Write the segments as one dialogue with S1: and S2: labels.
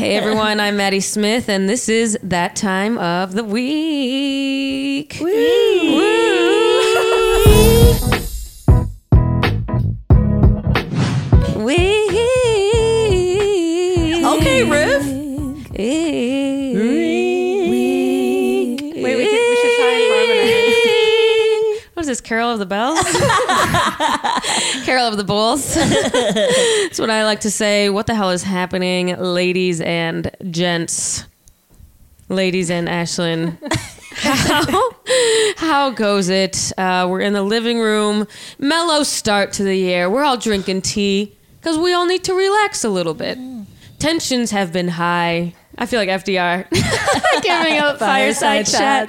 S1: Hey everyone, I'm Maddie Smith, and this is that time of the week. Woo. Week.
S2: Okay, Riff.
S1: Week. Week.
S3: Wait, we, could, we should try and harmonize.
S1: What is this, Carol of the Bells? Carol of the Bulls. That's what I like to say. What the hell is happening, ladies and gents? Ladies and Ashlyn. how, how goes it? Uh, we're in the living room. Mellow start to the year. We're all drinking tea because we all need to relax a little bit. Tensions have been high. I feel like FDR giving a fireside, chat.
S2: Fireside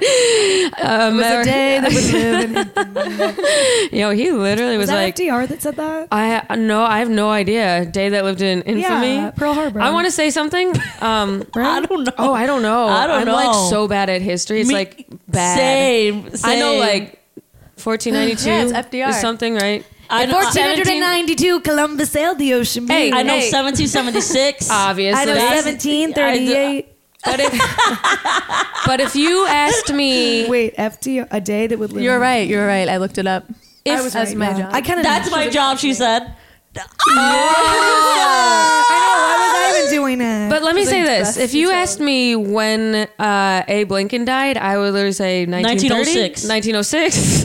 S1: Um, Ameri- Yo, he literally was,
S2: Was that
S1: like,
S2: FDR that said that?
S1: I no, I have no idea. Day that lived in infamy.
S2: Yeah, Pearl Harbor.
S1: I want to say something. Um,
S2: I don't know.
S1: oh, I don't know.
S2: I don't
S1: I'm like
S2: know.
S1: so bad at history. It's
S2: Me-
S1: like bad.
S2: Same,
S1: I know
S2: same.
S1: like 1492
S3: Yeah, it's FDR.
S1: is something, right?
S2: I know,
S4: 1492, Columbus sailed the ocean. blue.
S1: Hey,
S2: I know
S1: hey.
S2: 1776.
S1: Obviously.
S4: I know
S2: that's-
S4: 1738.
S1: But if, but if you asked me,
S4: Wait, FD, a day that would live.
S3: You're right. You're right. I looked it up.
S4: I
S3: If
S4: was
S3: that's
S4: right,
S3: my
S4: yeah.
S3: job.
S4: I kind of.
S2: That's my job, she said.
S4: I was even doing it.
S1: but let me say this:
S3: best
S1: if you asked me when uh, Abe Lincoln died, I would literally say 1930? 1906.
S2: 1906.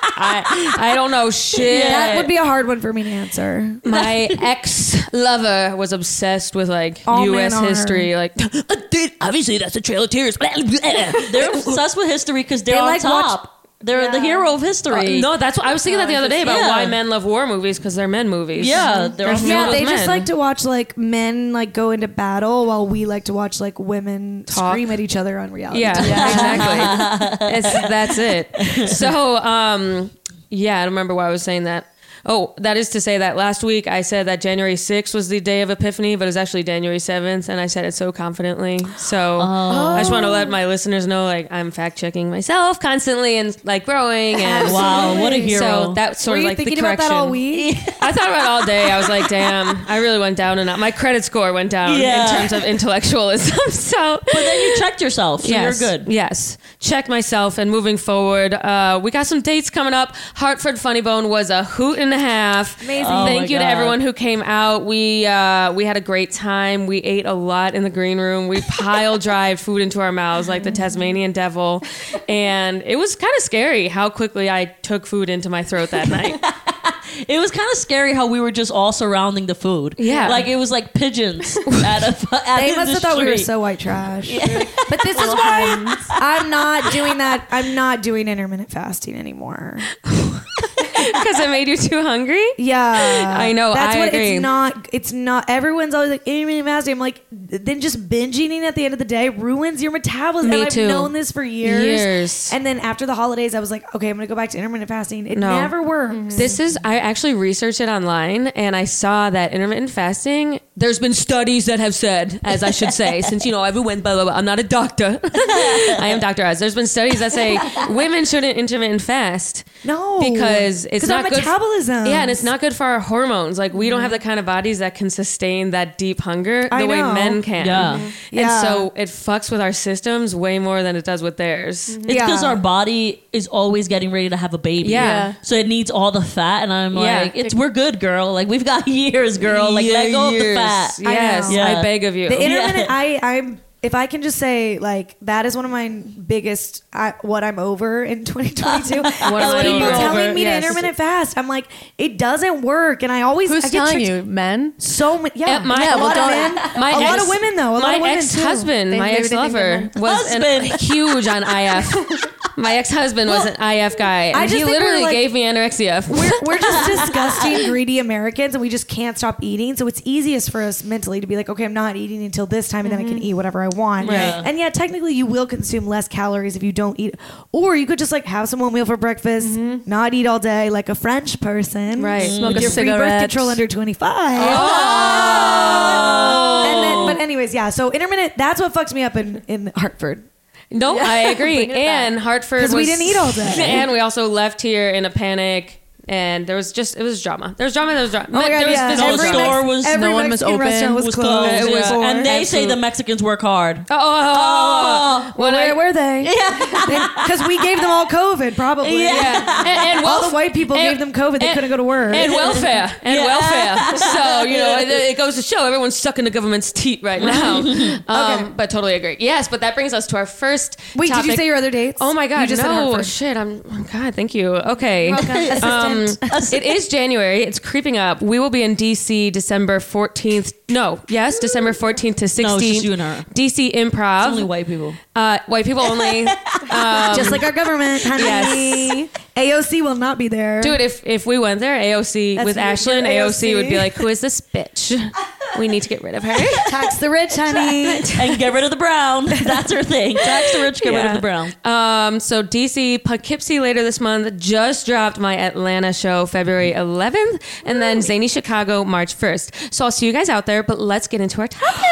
S1: Like, I, I don't know shit.
S4: that would be a hard one for me to answer.
S1: my ex lover was obsessed with like
S4: All
S1: U.S.
S4: men are.
S1: history. Like,
S2: Uh, Obviously, that's a Trail of Tears. they're obsessed with history because they're
S4: They
S2: on
S4: like
S2: top. they're the hero of history.
S1: Uh, no, that's what I was thinking that the other day about
S2: Yeah.
S1: why men Mm-hmm. love war movies because they're men movies.
S2: Yeah, they're on
S1: Yeah,
S4: Yeah,
S2: top.
S4: they
S1: with
S4: just
S1: men.
S4: like to watch like men like go into battle while we like to watch like women
S1: Talk.
S4: scream at each other on reality.
S1: Yeah,
S4: TV.
S1: exactly. It's- that's it. So, um, yeah, I don't remember why I was saying that. Oh, that is to say that last week I said that January 6th was the day of Epiphany, but it was actually January 7th, and I said it so confidently. So I just want to let
S2: Oh.
S1: my listeners know, like, I'm fact checking myself constantly and like growing. And
S2: Wow, what a hero.
S1: So that's sort
S4: Were
S1: of
S4: you
S1: like
S4: thinking
S1: the
S4: about
S1: correction.
S4: that all week?
S1: I thought about it all day. I was like, damn, I really went down and out. My credit score went down
S2: Yeah.
S1: in terms of intellectualism. So
S2: but then you checked yourself, so
S1: yes,
S2: you're good.
S1: Yes. Check myself and moving forward. Uh, we got some dates coming up. Hartford Funny Bone was a hoot and a half.
S4: Amazing.
S2: Oh
S1: Thank
S2: my
S1: you to
S2: God.
S1: everyone who came out. We uh, we had a great time. We ate a lot in the green room. We pile drive food into our mouths like the Tasmanian devil. And it was kind of scary how quickly I took food into my throat that night.
S2: It was kind of scary how we were just all surrounding the food.
S1: Yeah.
S2: like it was like pigeons at a. At
S4: They
S2: the
S4: must have thought we were
S2: street.
S4: so white trash. But this is why I'm not doing that. I'm not doing intermittent fasting anymore.
S1: Because I made you too hungry.
S4: Yeah,
S1: I know,
S4: That's
S1: I
S4: what
S1: agree.
S4: it's not. It's not. Everyone's always like intermittent fasting. I'm like, then just binge eating at the end of the day ruins your metabolism.
S1: Me
S4: and
S1: too.
S4: I've known this for years.
S1: Years.
S4: And then after the holidays, I was like, okay, I'm gonna go back to intermittent fasting. It
S1: No. Mm-hmm.
S4: never works.
S1: This is I actually researched it online and I saw that intermittent fasting there's been studies that have said, as I should say, since you know everyone blah blah blah I'm not a doctor. I am Dr. Oz. There's been studies that say women shouldn't intermittent fast.
S4: No,
S1: Because it's
S4: 'Cause our
S1: not good
S4: metabolism.
S1: Yeah, and it's not good for our hormones. Like we don't have the kind of bodies that can sustain that deep hunger
S4: I
S1: the way
S4: know.
S1: men can.
S2: Yeah. Mhm.
S1: And
S4: Yeah.
S1: so it fucks with our systems way more than it does with theirs.
S2: It's because
S4: Yeah.
S2: our body is always getting ready to have a baby.
S1: Yeah.
S2: So it needs all the fat, and I'm
S1: Yeah.
S2: like, it's we're good, girl. Like we've got years, girl. Like let go of the
S4: I
S2: fat.
S1: Yes, I,
S4: know.
S2: Yeah.
S1: beg of you.
S4: The
S2: Yeah.
S4: intermittent, I, I'm. If I can just say, like, that is one of my biggest I, what I'm over in 2022. what
S1: am I
S4: people
S1: over?
S4: telling me
S1: Yes.
S4: to intermittent fast. I'm like, it doesn't work, and I always I
S3: Who's
S4: get
S3: telling
S4: tricked
S3: you, men?
S4: So many, yeah,
S1: Uh, my-
S4: a
S1: Yeah,
S4: lot
S1: well,
S4: of
S1: don't-
S4: men,
S1: my
S4: a lot
S1: ex-
S4: of women though. A lot
S1: my
S4: of women too.
S1: ex-husband,
S3: They-
S1: my
S3: maybe they think they're
S1: ex-lover,
S3: men.
S1: was an-
S2: Husband.
S1: huge on IF. My ex-husband was an IF guy, and
S4: I just
S1: he
S4: think we're
S1: literally
S4: like-
S1: gave me anorexia.
S4: We're, we're just disgusting, greedy Americans, and we just can't stop eating. So it's easiest for us mentally to be like, okay, I'm not eating until this time, and then I can eat whatever I want.
S2: Mm-hmm. Right. Yeah.
S4: And yeah, technically, you will consume less calories if you don't eat, or you could just like have some oatmeal for breakfast,
S2: Mm-hmm.
S4: not eat all day like a French person,
S1: Right.
S4: Smoke
S3: With
S4: your free birth
S3: cigarettes.
S4: control under 25.
S2: Oh.
S4: And then, but anyways, yeah. So intermittent. That's what fucks me up in in Hartford.
S1: no, I agree. And Hartford was
S4: Because we didn't eat all day.
S1: and we also left here in a panic. and there was just it was drama. There was drama. There was drama.
S4: my God,
S1: there was
S4: Oh, yeah.
S1: physical
S2: Every
S1: drama.
S2: store was-
S4: every
S2: no
S3: one was
S4: Mexican
S3: open,
S4: restaurant was,
S2: was
S4: closed.
S2: closed. yeah.
S4: before.
S2: And they say
S1: Absolutely.
S2: the Mexicans work hard.
S1: Oh, oh, oh, oh, oh. When I-
S4: where were they? Because we gave them all COVID, probably.
S1: Yeah. And, and
S4: All
S1: welf-
S4: the white people
S1: and-
S4: gave them COVID. They
S1: and-
S4: couldn't go to work.
S1: and welfare and welfare. So you know, it, it goes to show everyone's stuck in the government's teat right now. Um,
S4: Okay.
S1: But totally agree. Yes, but that brings us to our first.
S4: Wait, did you
S1: topic.
S4: say your other dates?
S1: Oh my God!
S4: You just said
S1: no,
S4: Hartford.
S1: shit. I'm. Oh God, thank you. Okay.
S4: Welcome, assistant.
S1: it is January. It's creeping up. We will be in DC December 14th. No, yes, December 14th to 16th.
S2: you and her.
S1: DC Improv.
S2: Only white people.
S1: Uh, white people only.
S4: just like our government, honey.
S1: Yes.
S4: AOC will not be there.
S1: Dude, if if we went there, AOC
S4: That's
S1: with
S4: your-
S1: Ashlyn,
S4: your
S1: AOC. would be
S4: AOC.
S1: like, "Who is this bitch? We need to get rid of her."
S4: Tax the rich, honey.
S2: And get rid of the brown. That's her thing. Tax the rich, get rid
S1: Yeah.
S2: of the brown.
S1: Um, so DC Poughkeepsie later this month just dropped my Atlanta show February 11th, and then Zany Chicago March 1st. So I'll see you guys out there, but let's get into our topic.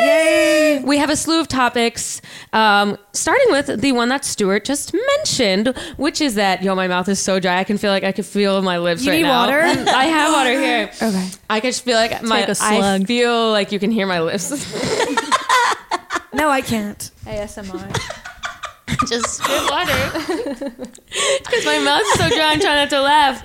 S4: Yay.
S1: We have a slew of topics, um, starting with the one that Stuart just mentioned, which is that yo, my mouth is so dry. I can feel like I can feel my lips
S4: You
S1: right
S4: need
S1: now. Um,
S4: water?
S1: I have water here.
S4: Okay.
S1: I can just feel like my.
S2: Take a
S1: I
S2: slug.
S1: feel like you can hear my lips.
S4: No, I can't.
S3: ASMR.
S1: just good water. Because my mouth's so dry, I'm trying not to laugh.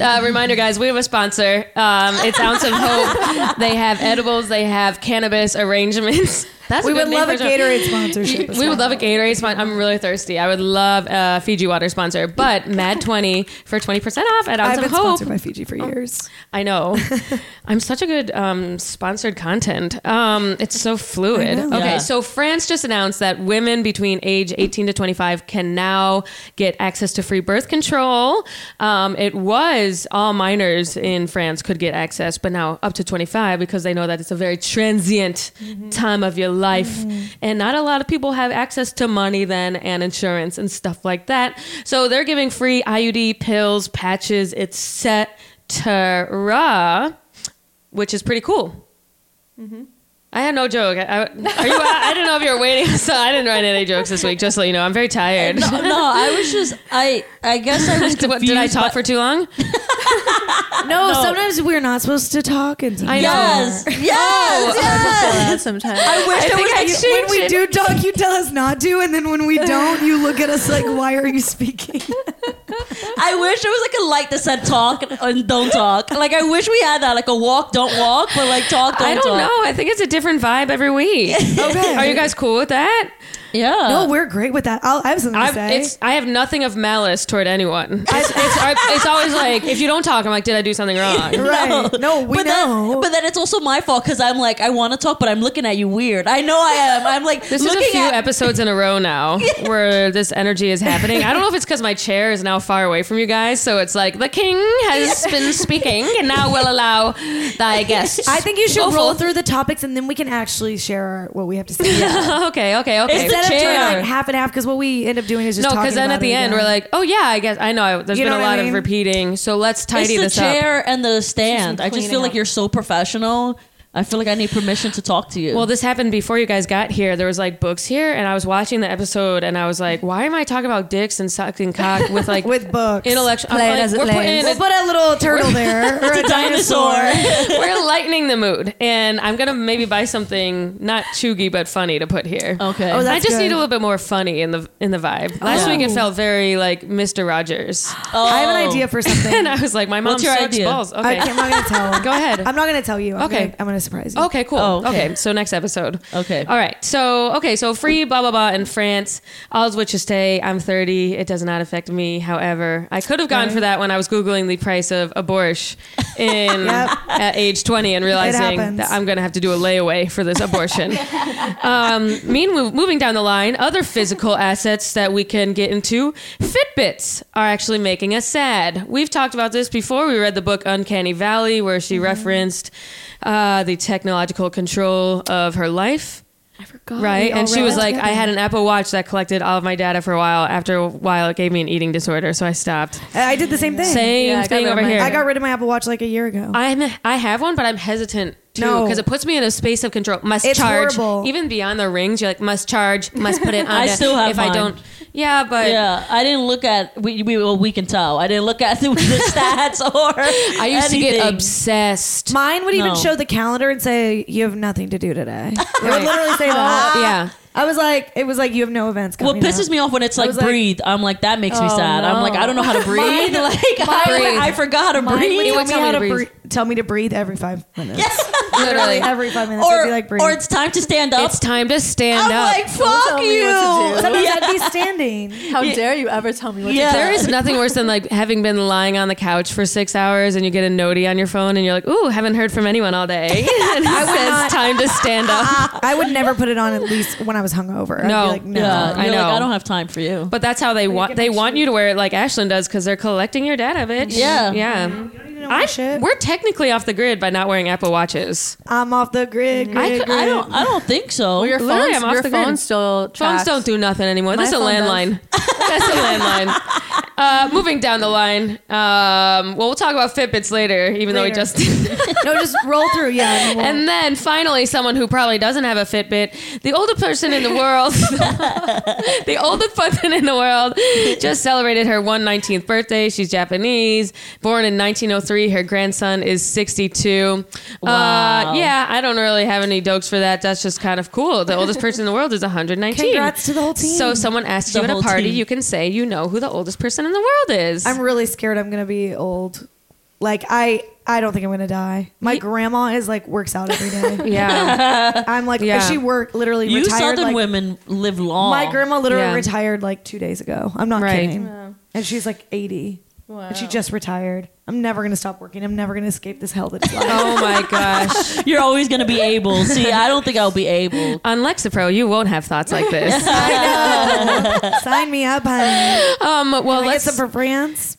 S1: Uh, reminder, guys, we have a sponsor. Um, it's Ounce of Hope. They have edibles. They have cannabis arrangements. That's a
S4: We
S1: good
S4: would
S1: name
S4: love
S1: for
S4: a
S1: show.
S4: Gatorade sponsorship. as
S1: We would
S4: well.
S1: love a Gatorade sponsor. I'm really thirsty. I would love a Fiji water sponsor, but Mad 20 for 20% off at Ounce of
S4: I've been
S1: Hope. Oh.
S4: sponsored by Fiji for years.
S1: I know. I'm such a good um, sponsored content. Um, it's so fluid.
S4: I know.
S1: Okay,
S2: Yeah.
S1: so France just announced that women between age 18 to 25 can now get access to free birth control. Um, it was all minors in France could get access, but now up to 25 because they know that it's a very transient time of your life. And not a lot of people have access to money then and insurance and stuff like that. So they're giving free IUD pills, patches, etc., which is pretty cool.
S2: Mm-hmm.
S1: I had no joke. I, I, are you, I, I don't know if you were waiting, so I didn't write any jokes this week. Just so you know, I'm very tired.
S2: No, no, I was just I I guess I was
S1: Did, what-
S2: confused.
S1: did I talk for too long?
S4: No, sometimes we're not supposed to talk. And
S1: I know.
S2: Yes.
S1: Oh.
S2: Yes.
S3: sometimes.
S2: I wish there
S1: think
S2: was
S1: I
S2: you-
S1: changed
S4: when we
S1: it.
S4: do talk, you tell us not to, and then when we don't, you look at us like, "Why are you speaking?"
S2: I wish there was like a light that said talk and don't talk. Like I wish we had that, like a walk, don't walk, but like talk, don't
S1: I don't
S2: talk.
S1: know. I think it's a different vibe every week.
S4: Okay.
S1: Are you guys cool with that?
S2: Yeah.
S4: No, Oh, we're great with that. I'll, I have something to
S1: I've,
S4: say.
S1: it's, I have nothing of malice toward anyone. It's, it's, it's always like if you don't talk, I'm like, did I do something wrong?
S4: right? No, we
S2: but
S4: know.
S2: Then, but then it's also my fault because I'm like, I want to talk, but I'm looking at you weird. I know I am. I'm like
S1: This
S2: looking
S1: is a few
S2: at.
S1: episodes in a row now where this energy is happening. I don't know if it's because my chair is now far away from you guys, so it's like the king has been speaking, and now we'll allow thy guests.
S4: I think you should
S1: Go
S4: roll
S1: forth.
S4: through the topics and then we can actually share our, what we have to say.
S1: okay, okay, okay.
S2: It's
S4: Instead of doing
S2: Chair.
S4: like half and half, because what we end up doing is just
S1: no,
S4: talking
S1: because then
S4: about
S1: at the
S4: it
S1: end
S4: again.
S1: we're like, oh yeah, I guess I know. I, there's
S4: You
S1: been
S4: know
S1: a
S4: what I
S1: lot of
S4: mean?
S1: repeating, so let's tidy
S2: it's
S1: this
S2: the
S1: up.
S2: chair and the stand. I just
S3: cleaning
S2: feel like
S3: up.
S2: you're so professional. I feel like I need permission to talk to you.
S1: Well, this happened before you guys got here. There was like books here, and I was watching the episode, and I was like, why am I talking about dicks and sucking cock with like
S4: with books,
S1: intellectual? I'm
S3: Play it
S1: like,
S3: as it
S1: we're
S3: lays.
S1: putting
S4: We'll put a little turtle there or a
S2: dinosaur.
S4: dinosaur.
S1: We're lightening the mood, and I'm gonna maybe buy something not chuggy but funny to put here.
S2: okay.
S4: Oh,
S1: I
S4: that- That's
S1: just
S4: good.
S1: need a little bit more funny in the in the vibe. Last week it felt very like Mr. Rogers,
S4: I have
S2: Oh.
S4: an idea for something.
S1: and I was like, my mom
S2: What's your
S1: sucks
S2: idea?
S1: balls.
S4: I
S1: Oh. Okay,
S4: can't, I'm not gonna tell.
S1: go ahead.
S4: I'm not gonna tell you. I'm
S1: Okay.
S4: gonna, I'm gonna surprise you.
S1: Okay, cool.
S2: Oh,
S1: okay.
S2: okay.
S1: so next episode.
S2: Okay.
S1: All right. So okay, so free blah blah blah in France. All's which is stay. I'm 30. It does not affect me. However, I could have gone for that when I was googling the price of abortion in
S4: Yep.
S1: at age 20 and realizing
S4: happens.
S1: that I'm going to have to do a layaway for this abortion. um, meanwhile, moving down the line, other physical assets that we can get into, Fitbits are actually making us sad. We've talked about this before. We read the book Uncanny Valley, where she
S4: Mm-hmm.
S1: referenced uh, the technological control of her life.
S3: I forgot.
S1: Right.
S4: all
S1: And she
S4: read
S1: was
S4: that
S1: like, I
S4: together.
S1: had an Apple Watch that collected all of my data for a while. After a while, it gave me an eating disorder. So I stopped.
S4: I did the same thing.
S1: Same
S3: Yeah, I got
S1: thing
S3: rid of
S1: over
S3: my-
S1: here.
S4: I got rid of my Apple Watch like a year ago.
S1: I'm I have one, but I'm hesitant too
S4: No.
S1: because it puts me in a space of control. Must
S4: It's
S1: charge
S4: horrible.
S1: even beyond the rings. You're like must charge, must put it on.
S2: I still have
S1: if I
S2: mine.
S1: don't. Yeah, but
S2: Yeah, I didn't look at we we well, we can tell. I didn't look at the, the stats or
S1: I used to
S2: anything.
S1: get obsessed.
S4: Mine would even
S2: No.
S4: show the calendar and say, "You have nothing to do today." It would
S1: Right. Uh,
S4: literally say that.
S1: yeah.
S4: I was like, it was like you have no events coming.
S2: What pisses me off when it's like
S4: was like-
S2: breathe. I'm like that makes me
S4: Oh,
S2: sad. I'm like
S1: no.
S2: I don't know how to breathe. like I,
S1: Breathe.
S2: I forgot how to
S4: Mine would
S2: breathe.
S1: It
S4: tell
S1: would
S4: me
S1: tell me to
S4: how to
S1: breathe.
S4: breathe- tell me to breathe every five minutes.
S1: Literally.
S4: Literally every five minutes. I'd
S2: or,
S4: be like, breathe.
S2: or it's time to stand up.
S1: It's time to
S2: I'm
S1: stand up.
S2: like fuck
S3: me what to
S2: you.
S3: do.
S4: Sometimes I'd be standing.
S3: How dare you ever tell me what
S2: Yeah.
S3: to
S1: there is nothing worse than like having been lying on the couch for six hours and you get a notey on your phone and you're like, ooh, haven't heard from anyone all day. and it says time to stand up.
S4: I would never put it on at least when I was hungover. I'd
S1: No.
S4: be like, no.
S2: Yeah,
S1: I
S2: I know.
S1: know.
S2: Like, I don't have time for you.
S1: But that's how they want
S4: can
S1: they
S4: make
S1: want you to wear it like Ashlyn does because they're collecting your data, bitch.
S2: Yeah.
S1: Yeah.
S4: You
S3: Oh,
S4: know,
S1: I,
S4: shit.
S1: We're technically off the grid by not wearing Apple Watches.
S4: I'm off the grid. grid
S2: I,
S4: grid.
S2: I don't. I don't think so.
S3: Your
S1: Literally,
S3: phone's,
S1: I'm off
S3: your
S1: the grid.
S3: phone still
S1: Phones
S3: tracks.
S1: don't do nothing anymore.
S3: My
S1: That's a
S3: phone does.
S1: landline. That's a landline. Uh, moving down the line. Um, well, we'll talk about Fitbits later, even though we
S4: Later.
S1: just.
S4: no, just roll through. Yeah. and we'll-
S1: and then finally, someone who probably doesn't have a Fitbit, the oldest person in the world, the oldest person in the world, just celebrated her 119th birthday. She's Japanese, born in 1903. Her grandson is 62.
S2: Wow.
S1: Uh, yeah, I don't really have any jokes for that. That's just kind of cool. The oldest person in the world is 119.
S4: Congrats to the whole team.
S1: So if someone asks
S2: The
S1: you at a
S2: whole
S1: party,
S2: team.
S1: you can say you know who the oldest person in the world is.
S4: I'm really scared I'm gonna be old. Like I, I don't think I'm gonna die. My grandma is like works out every day.
S1: yeah.
S4: I'm like,
S1: Yeah.
S4: she worked literally
S2: you
S4: retired.
S2: Southern
S4: Like,
S2: women live long.
S4: My grandma literally
S1: Yeah.
S4: retired like two days ago. I'm not
S1: Right.
S4: kidding.
S3: Wow.
S4: And she's like 80,
S3: Wow.
S4: and she just retired. I'm never gonna stop working. I'm never gonna escape this hell that's life.
S1: oh my gosh.
S2: You're always gonna be able. See, I don't think I'll be able.
S1: On Lexapro, you won't have thoughts like this.
S4: Sign me up, honey.
S1: Um, well,
S4: Can I get
S1: let's
S4: some for France.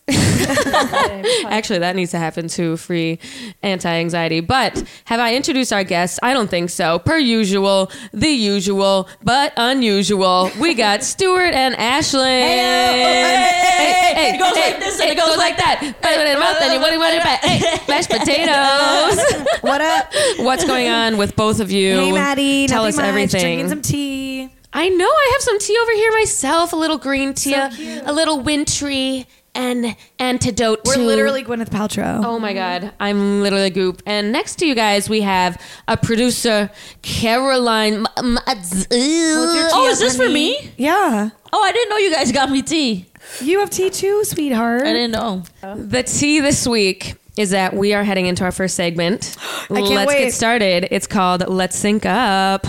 S1: actually that needs to happen too. Free anti-anxiety. But have I introduced our guests? I don't think so. Per usual, the usual but unusual. We got Stuart and Ashlyn. Oh, Hey, hey,
S2: It goes like this and it goes like
S1: that. Put it in your mouth and you want it in your back. Hey, mashed potatoes.
S4: What up?
S1: What's going on with both of you?
S4: Hey, Maddie.
S1: Tell us
S4: Nothing much.
S1: everything.
S4: Drinking some tea.
S1: I know I have some tea over here myself. A little green tea, a- a little wintry, and antidote.
S4: We're
S1: to-
S4: literally Gwyneth Paltrow.
S1: Oh my God, I'm literally goop. And next to you guys, we have a producer, Caroline. M- M- Z-
S2: Oh, is this for me?
S4: Yeah.
S2: Oh, I didn't know you guys got me tea.
S4: You have tea too, sweetheart.
S2: I didn't know.
S1: The tea this week is that we are heading into our first segment.
S4: can't
S1: Let's
S4: wait. Mm.
S1: get started. It's called Let's Sync Up.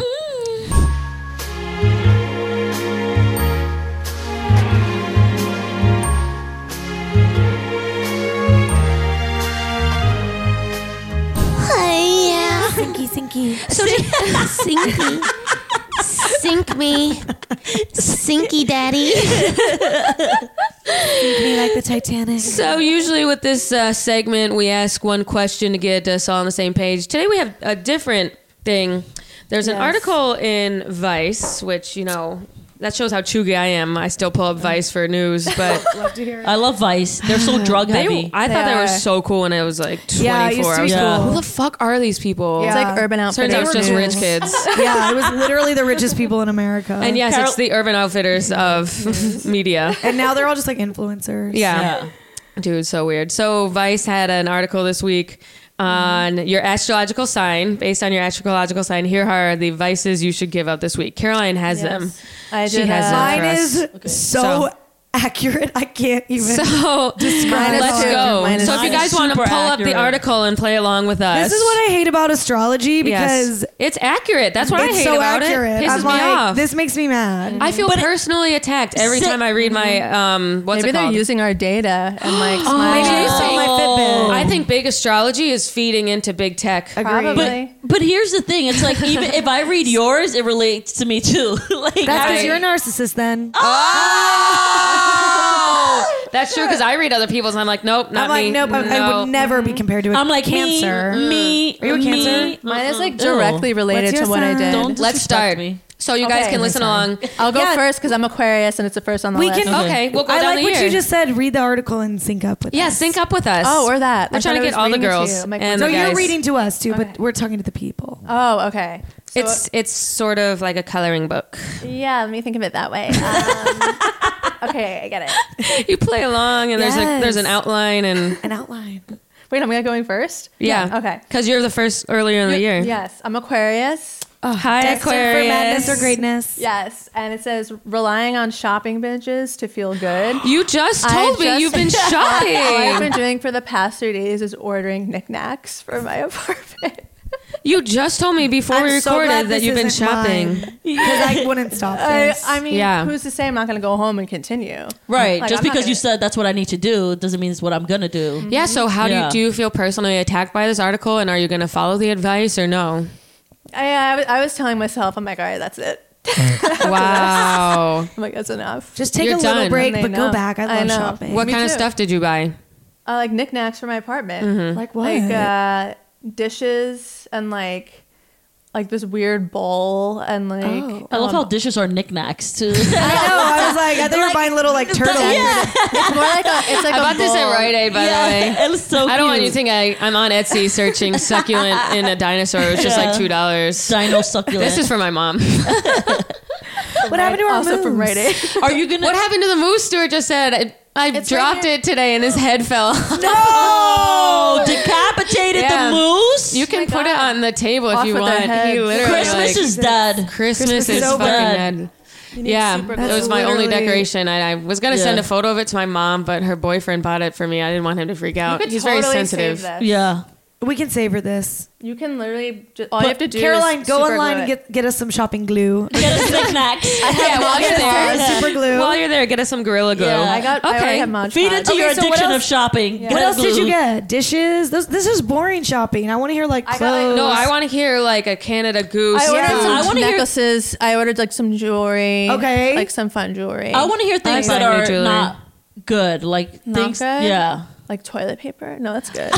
S4: Sinky, sinky.
S5: So sinky, sink me, sinky daddy.
S4: Me like the Titanic.
S1: So usually with this uh, segment, we ask one question to get us all on the same page. Today we have a different thing. There's an
S3: Yes.
S1: article in Vice, which you know that shows how chuggy I am. I still
S4: Mm.
S1: pull up Vice for news, but
S4: Love to hear it.
S2: I love Vice. They're so drug
S1: they,
S2: heavy.
S1: I thought
S3: They
S1: they were
S3: are.
S1: so cool when I was like 24.
S4: Yeah, it used to
S1: I
S4: be
S1: was
S2: Yeah.
S1: like,
S4: cool.
S1: who the fuck are these people?
S4: Yeah.
S3: It's like Urban Outfitters.
S1: Turns out it's just
S4: were
S1: rich
S4: cool.
S1: kids.
S4: yeah, it was literally the richest people in America.
S1: And yes,
S2: Carol-
S1: it's the Urban Outfitters of media.
S4: And now they're all just like influencers.
S1: Yeah.
S2: Yeah.
S1: Dude, so weird. So Vice had an article this week
S4: Mm-hmm.
S1: on your astrological sign. Based on your astrological sign, here are the vices you should give up this week. Caroline has them.
S3: I
S1: She
S3: did,
S1: has
S3: uh,
S1: them
S4: Mine
S1: for us.
S4: is so,
S1: So-
S4: accurate. I can't even.
S1: So
S4: Mine is
S1: let's
S4: too.
S1: go.
S3: Mine is
S1: so if you
S2: too.
S1: guys want to pull
S2: Super
S1: up the
S2: accurate.
S1: article and play along with us,
S4: this is what I hate about astrology because
S1: yes. it's accurate. That's what I
S4: it's
S1: hate
S4: so
S1: about
S4: accurate.
S1: it. Pisses
S4: I'm
S1: me
S4: like,
S1: off. Mm.
S4: This makes me mad.
S1: I feel personally attacked every
S2: Sit-
S1: time I read
S4: Mm-hmm.
S1: my um. What's
S3: Maybe
S1: it
S3: they're
S1: called?
S3: using our data and like
S1: Oh,
S3: smiling.
S1: maybe
S4: Based
S1: they
S4: on my
S2: Oh.
S4: Fitbit.
S1: I think big astrology is feeding into big tech.
S4: Agree.
S3: Probably.
S2: But but here's the thing. It's like even if I read yours, it relates to me too.
S4: That's
S2: like
S4: because
S1: Right.
S4: you're a narcissist then.
S1: Oh, that's true. Because I read other people's, and I'm like, nope, not
S4: I'm like,
S1: me. Mm-hmm.
S4: nope, I- I would never be compared to a
S2: I'm like
S4: cancer.
S2: Me, me
S1: Mm.
S4: Are you a
S2: me.
S4: Cancer?
S3: Mine is like
S2: Ew.
S1: uh,
S3: directly related
S4: What's
S3: to
S4: your
S3: what I
S4: sign?
S3: did.
S2: Don't
S1: Let's
S2: disrespect
S1: start.
S2: me.
S1: So you guys
S4: Okay.
S1: can listen along.
S3: I'll go
S4: Yeah.
S3: first because I'm Aquarius and it's the first on the
S4: We
S3: list.
S4: can.
S1: Okay. Okay, we'll go
S4: I
S1: down
S4: like
S1: the
S4: what
S1: year.
S4: you just said. Read the article and sync up with.
S1: Yeah,
S4: us.
S1: sync up with us.
S3: Oh, or that.
S1: We're
S3: I
S1: trying to
S3: thought
S1: get
S3: I was
S1: all the
S3: reading it to you.
S1: girls
S3: I'm like,
S1: and
S4: No,
S1: the
S4: you're
S1: guys.
S4: reading to us too,
S3: Okay.
S4: but we're talking to the people.
S3: Oh, okay. So,
S1: It's it's sort of like a coloring book.
S3: yeah. Let me think of it that way. Um, okay, I get it.
S1: you play along, and there's a there's an
S4: Yes.
S1: outline, and
S4: An outline.
S3: Wait, am I going first?
S1: yeah,
S3: Okay.
S1: because you're the first earlier in the year.
S3: Yes, I'm Aquarius.
S1: Oh, hi
S4: Destined for madness
S1: Aquarius.
S4: or greatness.
S3: Yes, and it says relying on shopping binges to feel good.
S1: You just
S3: I
S1: told me
S3: just-
S1: you've been
S3: All I've
S1: shopping.
S3: been doing for the past three days is ordering knickknacks for my apartment.
S1: you just told me before we
S4: I'm so
S1: recorded
S4: glad
S1: that
S4: this
S1: you've been
S4: isn't
S1: shopping.
S4: mine, 'cause I wouldn't stop
S3: I,
S4: this.
S3: I mean,
S1: Yeah.
S3: who's to say I'm not going to go home and continue?
S2: Right.
S3: Like,
S2: Just
S3: I'm not
S2: because you
S3: gonna-
S2: said that's what I need to do doesn't mean it's what I'm gonna do.
S1: Yeah. So how do
S2: Yeah.
S1: you do? You feel personally attacked by this article, and are you going to follow the advice or no?
S3: I, I, was- I was telling myself, I'm like, all right, that's it.
S1: Wow.
S3: I'm like, that's enough.
S4: Just take
S1: You're
S4: a little
S1: done.
S4: break,
S3: I
S4: but
S3: know.
S4: go back. I
S3: I
S4: love
S3: know.
S4: shopping.
S1: what
S3: Me
S1: kind of
S3: too.
S1: stuff did you buy?
S3: I like knickknacks for my apartment.
S4: Like Mm-hmm. what?
S3: Like uh, dishes and like like this weird bowl and like
S4: Oh.
S2: I love
S3: um,
S2: how dishes are knickknacks too.
S4: I know. I was like, I thought you were buying little like turtles.
S3: it's more like a it's like
S1: I
S3: a
S1: bought this at
S3: bowl.
S1: Rite Aid, by the way.
S2: it was so.
S1: I don't want you to
S2: cute.
S1: think I, I'm on Etsy searching succulent in a dinosaur. It was just like
S2: Yeah.
S1: two dollars.
S2: Dino succulent.
S1: This is for my mom.
S4: What happened to our
S3: also from
S4: moves?
S3: Rite Aid.
S2: Are you gonna?
S1: what happened to the moose? Stuart just said I, I
S3: It's
S1: dropped
S3: right here.
S1: it today, and his head fell.
S2: No, decapitated
S1: Yeah.
S2: the moose.
S1: you can
S3: my
S1: put it
S3: God.
S1: on the table if
S3: Off
S1: you
S3: with
S1: want.
S3: their
S1: He
S3: heads.
S1: literally like,
S2: Christmas is dead.
S1: Christmas, is
S4: Christmas is
S1: fucking
S4: over.
S1: dead. Yeah,
S3: super
S1: that
S3: glue.
S1: was my only
S4: Literally.
S1: decoration. I, I was gonna
S2: Yeah.
S1: send a photo of it to my mom, but her boyfriend bought it for me. I didn't want him to freak out.
S3: could
S1: He's very
S3: totally
S1: sensitive.
S3: Save this.
S2: Yeah.
S4: We can savor this.
S3: You can literally just all
S4: But
S3: you have to do.
S4: Caroline,
S3: is
S4: go
S3: super
S4: online
S3: glue
S4: and
S3: it.
S4: get get us some shopping glue.
S2: Get us knickknacks.
S1: Yeah, while you're there,
S4: super glue.
S1: while you're there, get us some gorilla glue.
S2: Yeah.
S3: I got. I already
S1: okay.
S3: have Mod
S2: Feed into
S3: Podge.
S2: your
S4: so what
S2: addiction of
S4: else-
S2: shopping.
S3: Yeah.
S2: Get
S4: what
S2: a
S4: else did you
S2: glue.
S4: get? Dishes. Those, this is boring shopping. I want to hear like
S3: I
S4: clothes.
S3: got, like,
S1: no, I want to hear like a Canada goose.
S3: I ordered
S4: Yeah.
S3: some
S2: I wanna hear-
S3: necklaces. I ordered like some jewelry.
S4: Okay.
S3: Like some fun jewelry.
S2: I want to hear things
S1: like
S2: that
S1: your
S2: are
S1: jewelry.
S2: not good, like
S3: Not
S2: things.
S3: good?
S2: Yeah.
S3: like toilet paper. No, that's good.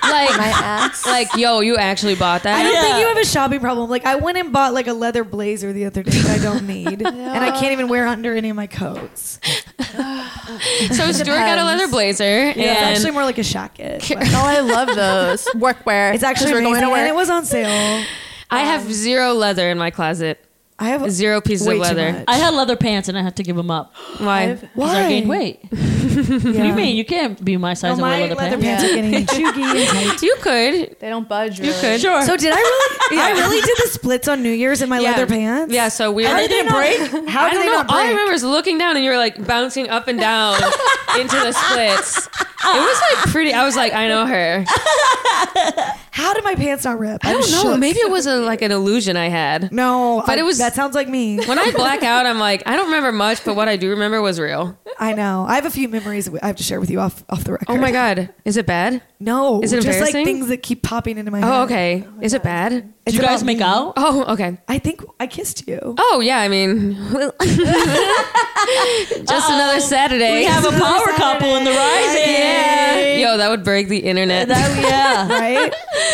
S3: My
S1: like,
S3: ass.
S1: like, yo, you actually bought that?
S4: I don't think
S2: Yeah.
S4: you have a shopping problem. Like I went and bought like a leather blazer the other day that I don't need, and I can't even wear under any of my coats.
S1: So Stuart got a leather blazer,
S4: it's
S1: and
S4: actually more like a jacket. but
S3: Oh, I love those workwear.
S4: It's actually
S3: 'Cause we're
S4: amazing,
S3: going to
S4: and
S3: work.
S4: it was on sale.
S1: I have zero leather in my closet.
S4: I have
S1: Zero pieces
S4: way
S1: of
S4: too
S1: leather.
S4: much.
S2: I had leather pants and I had to give them up.
S1: Why?
S3: I've-
S2: 'Cause I
S4: Why?
S2: gained weight. What do you mean? You can't be my
S4: No,
S2: size and
S4: my
S2: wear
S4: leather,
S2: leather,
S4: pants
S2: pants.
S4: are getting chuggy and tight.
S1: You could.
S3: they don't budge.
S1: You
S3: Really.
S1: could.
S2: Sure.
S4: So did I really? I really did the splits on New Year's in my
S1: Yeah.
S4: leather pants.
S1: Yeah. So we.
S4: How
S1: were-
S4: did they not break? How
S1: I
S4: did
S1: don't
S4: they
S1: know.
S4: not
S1: All I
S4: break?
S1: remember is looking down, and you were like bouncing up and down into the splits. It was like pretty. I was like, I know her.
S4: How did my pants not rip?
S1: I don't know. Maybe it was a, like an illusion I had.
S4: No,
S1: But
S4: I-
S1: it was-
S4: that sounds like me.
S1: When I black out, I'm like, I don't remember much, but what I do remember was real.
S4: I know. I have a few memories I have to share with you off off the record.
S1: Oh my god, is it bad?
S4: No,
S1: Is it
S4: just like
S1: embarrassing?
S4: things that keep popping into my head.
S1: Oh, okay. Is it bad?
S2: Did you guys make out?
S1: Oh, okay.
S4: I think I kissed you.
S1: Oh yeah, I mean, just another Saturday.
S2: We have a power couple in the rising.
S1: yeah. Yo, that would break the internet.
S2: That- yeah.
S4: Right?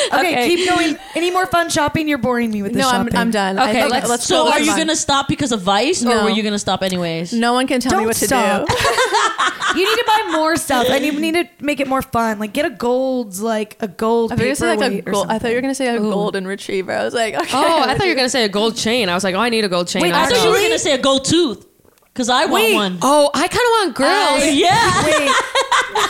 S4: Okay,
S1: Okay.
S4: keep going. Any more fun shopping? You're boring me with this
S3: No, I'm,
S4: shopping.
S3: I'm done. I
S1: Okay,
S3: think-
S1: let's-
S3: let's
S2: So
S3: go
S2: are
S3: with
S2: you
S3: mine.
S2: gonna stop because of Vice, or
S3: No.
S2: were you gonna stop anyways?
S3: No one can tell
S4: Don't
S3: me what
S4: stop.
S3: to do.
S4: you need to buy more stuff, and you need to make it more fun. Like get a gold, like a gold
S3: I thought, you were
S4: paper
S3: gonna say, like, a
S4: weight or
S3: gold, I thought you were
S4: something.
S3: gonna say a golden retriever. I was like, okay.
S1: Oh, I thought you were gonna say a gold chain. I was like, oh, I need a gold chain.
S4: Wait,
S2: I thought you were
S4: Actually-
S2: gonna say a gold tooth, because I want
S4: Wait.
S2: one.
S1: Oh, I kind of want girls.
S2: yeah.
S4: Wait,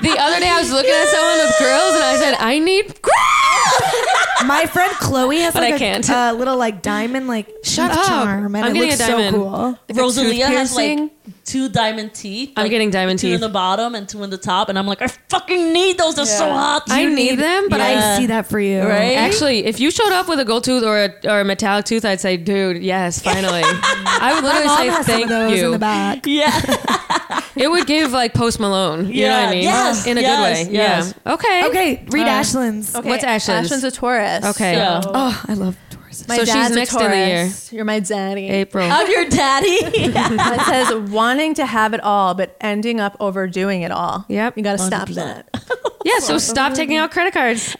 S1: the other day, I was looking at someone with girls, and I said, I need. Girls!
S4: my friend Chloe has
S1: But
S4: like
S1: I
S4: a
S1: can't.
S4: uh, little like diamond like
S1: Shut
S4: tooth
S1: up.
S4: charm, and
S1: I'm
S4: it
S1: getting
S4: looks
S1: a diamond.
S4: so cool.
S2: Rosalia has like
S1: piercing?
S2: two diamond teeth.
S1: I'm
S2: like,
S1: getting diamond
S2: two
S1: teeth.
S2: in the bottom and two in the top, and I'm like, I fucking need those. They're so
S3: Yeah.
S2: hot.
S1: I need, them, but
S2: Yeah.
S4: I see that for you,
S2: Right?
S1: Actually, if you showed up with a gold tooth or a, or a metallic tooth, I'd say, dude, yes, finally. I would
S4: My
S1: literally
S4: mom
S1: say
S4: has some
S1: thank
S4: of those
S1: you.
S4: in the back.
S2: Yeah.
S1: It would give like Post Malone. You know what
S2: Yeah.
S1: I mean?
S2: Yes,
S1: In a
S2: yes,
S1: good way.
S2: yes.
S1: Yeah. Okay.
S4: Okay, read
S1: uh,
S4: Ashland's.
S3: Okay,
S1: What's Ashlyn's?
S3: Ashlyn's a Taurus.
S1: Okay.
S2: Yeah.
S3: So-
S4: Oh, I love Taurus.
S3: My
S1: So she's
S3: dad's a
S1: next in the
S3: Taurus. You're my daddy.
S1: April.
S2: I'm your daddy.
S3: it says wanting to have it all, but ending up overdoing it all.
S1: Yep.
S3: You got to stop that.
S1: Yeah, so stop taking out credit cards.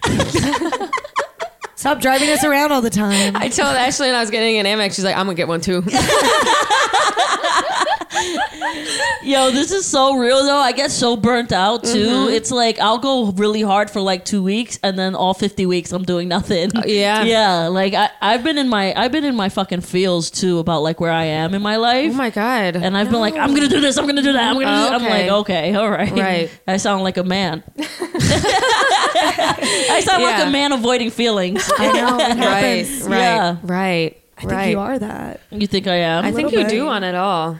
S4: Stop driving us around all the time.
S1: I told Ashley and I was getting an Amex. She's like, I'm gonna get one too.
S2: Yo, this is so real though. I get so burnt out too.
S1: Mm-hmm.
S2: It's like I'll go really hard for like two weeks, and then all fifty weeks I'm doing nothing.
S1: Uh, yeah.
S2: yeah. Like I, I've been in my, I've been in my fucking feels too about like where I am in my life.
S1: oh my god.
S2: and I've been like, I'm gonna do this, I'm gonna do that, I'm gonna. do
S1: Oh,
S2: this. I'm like,
S1: okay.
S2: okay, all right,
S1: Right.
S2: I sound like a man. I sound like
S1: Yeah.
S2: a man avoiding feelings.
S4: I know. It
S1: right,
S4: happens.
S1: right,
S2: Yeah.
S1: right.
S4: I think you are that.
S2: You think I am?
S1: I Mm-hmm.
S2: I,
S1: think
S4: little
S1: you do
S4: bit.
S1: want it all.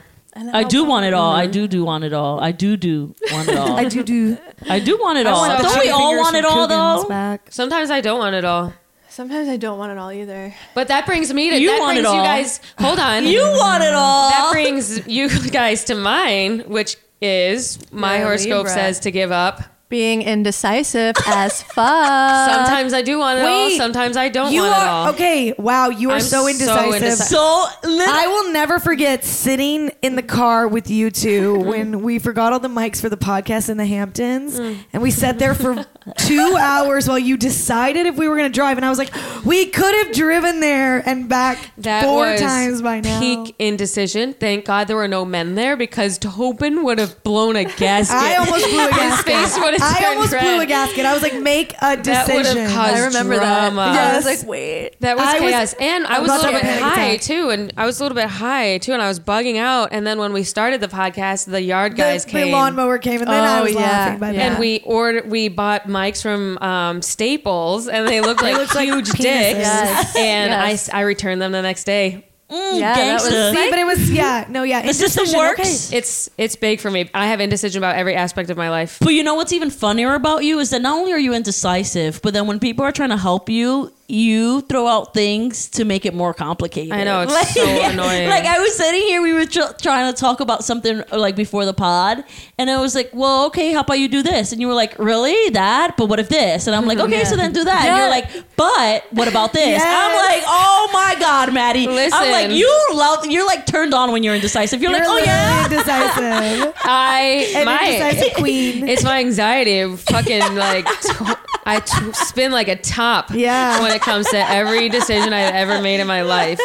S2: do want it all. I do do want it all. I do do want it all.
S4: I do do.
S2: I do want it
S1: I
S2: all.
S1: want the
S2: Don't we
S1: chicken
S2: all want it all though?
S4: Back.
S1: Sometimes I don't want it all.
S3: Sometimes I don't want it all either.
S1: But that brings me to
S2: You
S1: that
S2: want
S1: brings
S2: it all.
S1: you guys. Hold on.
S2: You want it all.
S1: that brings you guys to mine, which is my
S3: You're a
S1: horoscope
S3: Libra.
S1: says to give up.
S3: Being indecisive as fuck.
S1: Sometimes I do want it all.
S4: Uh, wait.
S1: Sometimes I don't
S4: You
S1: want it
S4: are
S1: all.
S4: okay. Wow, you are
S1: I'm
S4: so
S1: so
S4: indecisive.
S1: indecisive.
S2: so
S4: I
S2: lit-
S4: will never forget sitting in the car with you two when we forgot all the mics for the podcast in the Hamptons,
S1: Mm.
S4: and we sat there for two hours while you decided if we were going to drive. And I was like, we could have driven there and back
S1: That
S4: four
S1: was
S4: times by now.
S1: peak indecision. Thank God there were no men there because Tobin would have blown a gasket.
S4: I almost blew a gasket.
S1: face would have
S4: I
S1: turned
S4: almost
S1: red.
S4: blew a gasket. I was like, make a
S1: that would
S4: decision.
S1: have caused
S3: I remember
S1: drama.
S3: that. Yeah, I was
S4: Yes.
S3: like, wait.
S1: That was
S4: I was-
S1: chaos. and I
S4: I'm
S1: was a
S4: about to
S1: little bit
S4: have a panic
S1: high
S4: attack.
S1: too. And I was a little bit high too. And I was bugging out. And then when we started the podcast, the yard guys
S4: the,
S1: came.
S4: the lawnmower came, and then I
S3: Oh,
S4: was
S3: yeah.
S4: laughing by
S1: And
S4: that.
S1: we ordered, we bought mics from um, Staples, and they looked like
S4: looked like
S1: huge
S4: penises.
S1: dicks.
S3: Yes.
S1: And I
S3: Yes.
S1: s I I, returned them the next day.
S2: Mm,
S3: Yeah, that was-
S2: gangsta.
S4: See, but it was yeah, no, yeah.
S2: The system
S4: indecision,
S2: works.
S4: okay.
S1: It's it's big for me. I have indecision about every aspect of my life.
S2: But you know what's even funnier about you is that not only are you indecisive, but then when people are trying to help you, you throw out things to make it more complicated.
S1: I know, it's so annoying.
S2: Like I was sitting here, we were tr- trying to talk about something like before the pod, and I was like, "Well, okay, how about you do this?" And you were like, "Really that? But what if this?" And I'm like, "Okay, so then do that." And you're like, "But what about this?"
S4: Yes.
S2: I'm like, "Oh my god, Maddie!" I'm like,
S1: Listen.
S2: "You love. You're like turned on when you're indecisive. You're,
S4: You're
S2: like, oh yeah."
S4: indecisive.
S1: I
S4: An
S1: my
S4: indecisive queen.
S1: it's my anxiety. Fucking like to- I t- spin like a top.
S4: Yeah.
S1: When it comes to every decision I've ever made in my life,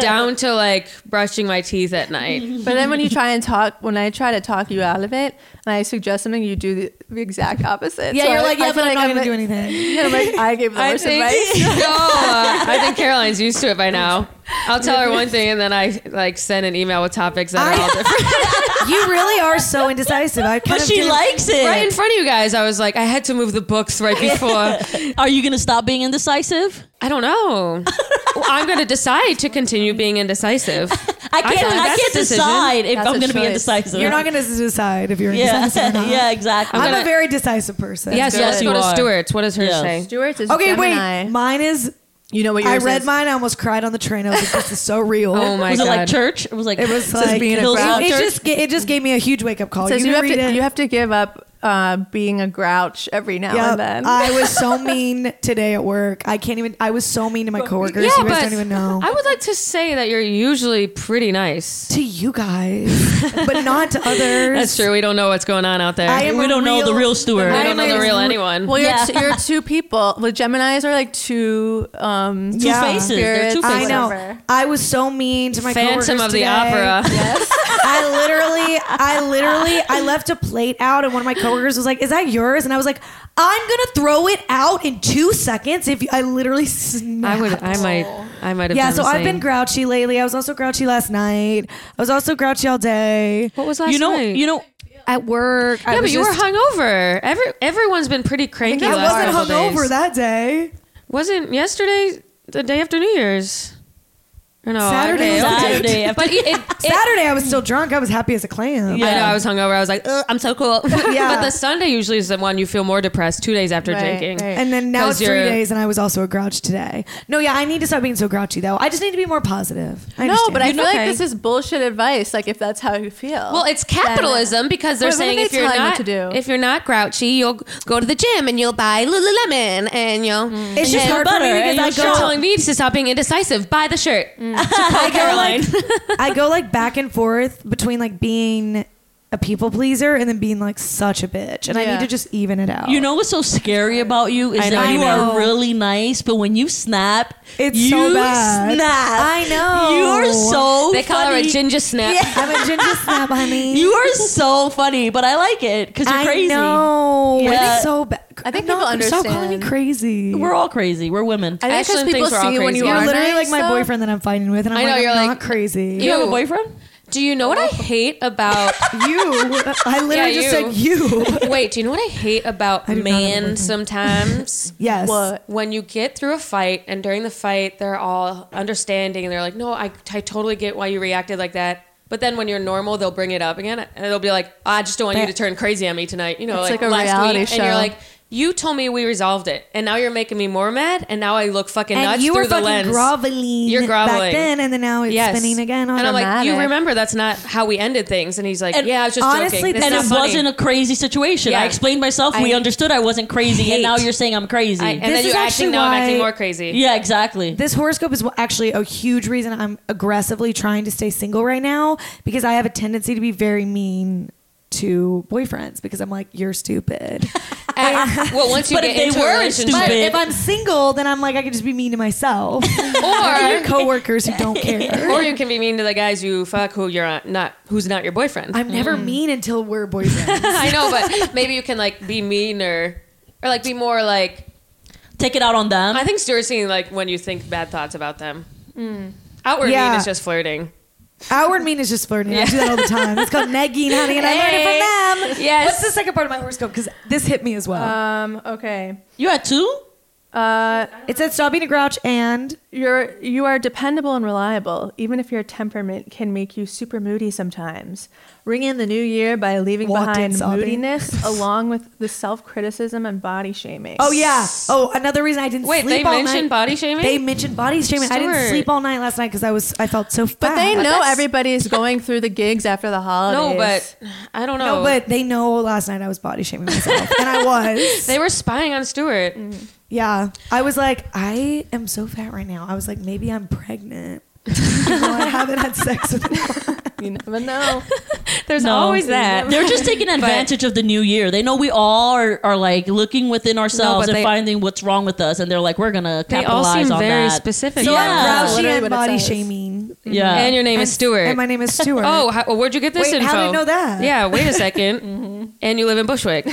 S1: down to like brushing my teeth at night.
S3: But then when you try and talk, when I try to talk you out of it, and I suggest something, you do the, the exact opposite.
S4: yeah,
S3: So
S4: you're
S3: I-
S4: like,
S3: I
S4: yeah,
S3: feel
S4: but I'm not gonna
S3: like-
S4: do anything.
S3: And I'm like, I gave the
S1: I
S3: worst
S1: think
S3: advice.
S1: no, uh, I think Caroline's used to it by now. I'll tell her one thing and then I like send an email with topics that are all different.
S4: You really are so indecisive. I kind
S2: But
S4: of
S2: she
S4: did-
S2: likes it.
S1: Right in front of you guys, I was like, I had to move the books right before.
S2: Are you gonna stop being indecisive?
S1: I don't know. Well, I'm going to decide to continue being indecisive.
S2: I can't.
S1: feel like
S2: I,
S1: that's
S2: can't
S1: a decision.
S2: decide if
S3: That's
S2: I'm
S3: a
S2: going to be
S3: choice.
S2: indecisive.
S4: You're not gonna decide if you're
S2: Yeah.
S4: indecisive or not.
S2: yeah. Exactly.
S4: I'm,
S1: gonna-
S4: a very decisive person.
S1: Yes,
S2: Yes,
S1: let's
S2: you
S1: go to
S2: are.
S1: Stewart's. What does hers
S2: Yes.
S1: say?
S3: Stuart is
S4: Okay,
S3: Gemini.
S4: wait. Mine is.
S3: You know what
S4: I
S3: yours
S4: read
S3: is.
S4: mine. I almost cried on the train. I was like, this is so real.
S1: Oh my
S2: was
S1: god!
S2: it like church? It was like
S4: It was like
S3: being a
S4: it,
S3: grouch.
S4: it just ga- it just gave me a huge wake up call.
S3: It says
S4: Oh, you,
S3: you,
S4: can
S3: have
S4: read
S3: to
S4: it.
S3: you have to give up uh, being a grouch every now
S4: Yep.
S3: and then.
S4: I was so mean today at work. I can't even. I was so mean to my coworkers.
S1: yeah,
S4: you guys
S1: but
S4: don't even know.
S1: I would like to say that you're usually pretty nice.
S4: to you guys, but not to others.
S1: That's true. We don't know what's going on out there.
S4: I am
S2: We
S4: a
S2: don't know the real Stuart.
S1: we
S4: I
S1: don't know
S4: am
S1: the
S4: a
S1: real anyone.
S3: well, you're,
S2: Yeah.
S3: t- you're two people. The Geminis are like two. Um,
S4: Two Yeah.
S2: faces. They're two
S3: spirits,
S4: I
S2: faces.
S4: know.
S3: whatever.
S4: I was so mean to my coworkers
S1: Phantom of the
S4: today.
S1: Opera.
S4: I literally, I literally, I left a plate out, and one of my coworkers was like, "Is that yours?" And I was like, "I'm gonna throw it out in two seconds." If you, I literally snapped.
S1: I would. I might. I might have.
S4: Yeah,
S1: done
S4: so
S1: the
S4: I've been
S1: same.
S4: grouchy lately. I was also grouchy last night. I was also grouchy all day.
S1: What was last
S2: You know.
S1: night?
S2: You know.
S4: At work,
S1: Yeah, but you were hungover. Every everyone's been pretty cranky.
S4: I
S1: last
S4: wasn't
S1: couple
S4: hungover
S1: days.
S4: that day.
S1: Wasn't yesterday the day after New Year's? Or no,
S4: Saturday
S1: I-
S4: was the day.
S2: Saturday after-
S1: But it, it,
S4: Saturday, I was still drunk. I was happy as a clam.
S2: Yeah.
S1: I know I was hungover. I was like, Ugh, I'm so cool.
S4: Yeah.
S1: But the Sunday usually is the one you feel more depressed two days after
S3: Right,
S1: drinking.
S3: right.
S4: And then now
S1: 'Cause
S4: it's three
S1: you're-
S4: days, and I was also a grouch today. No, yeah, I need to stop being so grouchy though. I just need to be more positive. I
S3: No,
S4: understand.
S3: but I feel
S1: okay.
S3: like this is bullshit advice. Like if that's how you feel. uh,
S1: Well, it's
S4: uh,
S1: capitalism because they're
S3: Wait, what are
S1: saying
S3: they
S1: if you're
S3: telling you
S1: not
S3: to do?
S1: if you're not grouchy, you'll go to the gym and you'll buy Lululemon and you'll.
S4: it's just
S2: and
S4: hard
S2: butter,
S4: for me
S2: and
S4: because
S1: You're
S4: I
S2: you're
S4: go,
S2: strong.
S1: telling me to stop being indecisive. Buy the shirt. To Paul Caroline.
S4: I go like back and forth between like being a people pleaser and then being like such a bitch. And I
S3: Yeah.
S4: need to just even it out.
S2: You know what's so scary about you is
S4: I
S2: that
S4: know.
S2: you
S4: I know.
S2: are really nice, but when you snap,
S4: It's
S2: you
S4: so bad.
S2: snap.
S4: I know.
S2: You are so.
S1: They call
S2: funny.
S1: her a ginger snap.
S4: I'm a ginger snap, honey.
S2: You are so funny, but I like it because you're
S4: I
S2: crazy.
S4: know.
S2: Yeah.
S4: It's so bad.
S3: I think
S4: I'm not,
S3: people
S4: Stop calling me
S3: understand.
S4: crazy.
S2: We're all crazy. We're women.
S3: I think because
S1: Ashlyn
S3: people
S1: thinks we're all
S3: see when
S1: crazy.
S3: you
S1: You're
S3: are
S4: You're literally like
S3: nice,
S4: my
S3: though.
S4: boyfriend that I'm fighting with, and I'm
S1: I know,
S4: like,
S1: you're
S4: I'm
S1: like-
S4: not crazy.
S2: you have a
S1: Ew.
S2: boyfriend?
S1: Do you know what I
S4: Oh.
S1: hate about
S4: you. I literally
S1: Yeah,
S4: just said you.
S1: Wait, do you know what I hate about
S4: I do not have a
S1: men
S4: boyfriend.
S1: sometimes?
S4: yes.
S3: What?
S1: when you get through a fight and during the fight they're all understanding and they're like no I, I totally get why you reacted like that but then when you're normal they'll bring it up again and they'll be like "Oh, i just don't want you to turn crazy on me tonight you know
S3: It's
S1: like,
S3: like a
S1: last
S3: reality
S1: week and you're
S3: show.
S1: like you told me we resolved it and now you're making me more mad and now i look fucking
S4: And
S1: nuts
S4: you
S1: through
S4: were
S1: the
S4: fucking
S1: lens
S4: groveling.
S1: You're groveling.
S4: back then, and then now it's
S1: Yes.
S4: spinning again.
S1: and I'm like, you
S3: dramatic.
S1: remember that's not how we ended things. And he's like,
S2: And
S1: yeah, I was just
S4: honestly,
S1: joking. It's
S2: and
S1: not
S2: it
S1: funny.
S2: wasn't a crazy situation.
S1: Yeah.
S2: I explained myself.
S1: I
S2: we understood I wasn't crazy,
S1: hate-
S2: and now you're saying I'm crazy.
S1: I, and
S4: This
S1: then
S4: is
S1: you're
S4: actually
S1: acting. Now I'm acting
S4: why-
S1: more crazy.
S2: yeah, exactly.
S4: this horoscope is actually a huge reason I'm aggressively trying to stay single right now because I have a tendency to be very mean to boyfriends because I'm like, you're stupid.
S1: And- well, once you
S2: But
S1: get
S2: if they
S1: into
S2: were
S1: a relationship,
S4: but
S2: stupid.
S4: if I'm single, then I'm like, I can just be mean to myself or
S1: or
S4: your coworkers who don't care.
S1: or you can be mean to the guys you fuck who you're not, not who's not your boyfriend. i
S4: I'm never mean until we're boyfriends.
S1: know, but maybe you can like be meaner or like be more like
S2: Take it out on them.
S1: I think Stuart's saying like when you think bad thoughts about them. Outward
S4: Hmm. Yeah.
S1: mean is just flirting.
S4: Outward mean is just flirting. I do that all the time. It's called negging, honey, and I learned it from them.
S1: Yes. Uh,
S4: What's the second part of my horoscope? Because this hit me as well.
S3: Um. Okay.
S2: you had two?
S3: Uh,
S4: it said stop being a grouch and
S3: you're you are dependable and reliable, even if your temperament can make you super moody sometimes. Ring in the new year by leaving
S4: Walked in
S3: behind
S4: sobbing.
S3: moodiness, along with the self criticism and body shaming.
S4: Oh yeah. Oh, another reason I didn't
S1: Wait, they
S4: sleep all
S1: mentioned
S4: night.
S1: body shaming?
S4: They mentioned body shaming. I didn't
S1: Stuart.
S4: sleep all night last night because I was I felt so fat.
S3: but they know
S1: that's-
S3: everybody's going through the gigs after the
S1: No,
S3: holidays.
S1: but I don't know.
S4: No, but they know last night I was body shaming myself, and I was.
S1: they were spying on Stuart.
S4: Mm. Yeah, I was like, I am so fat right now. I was like, maybe I'm pregnant. Even though I haven't had sex with anyone.
S3: you never know.
S1: There's
S2: No.
S1: always that.
S2: They're just taking advantage of the new year. They know we all are, are like looking within ourselves
S1: but
S2: and
S1: they-
S2: finding what's wrong with us, and they're like, we're gonna
S1: They all
S2: capitalize
S1: seem
S2: on
S1: very
S2: that.
S1: specific.
S2: So I'm
S3: Yeah.
S2: proud-
S4: Grouchy
S3: literally
S4: and
S3: what it
S4: body
S3: says.
S4: shaming.
S2: yeah.
S1: And your name
S4: And-
S1: is Stuart.
S4: And my name is Stuart.
S1: Oh, how, well, where'd you get this
S4: Wait,
S1: info?
S4: how do you know that? Mm-hmm.
S1: Yeah, wait a 2nd And you live in Bushwick.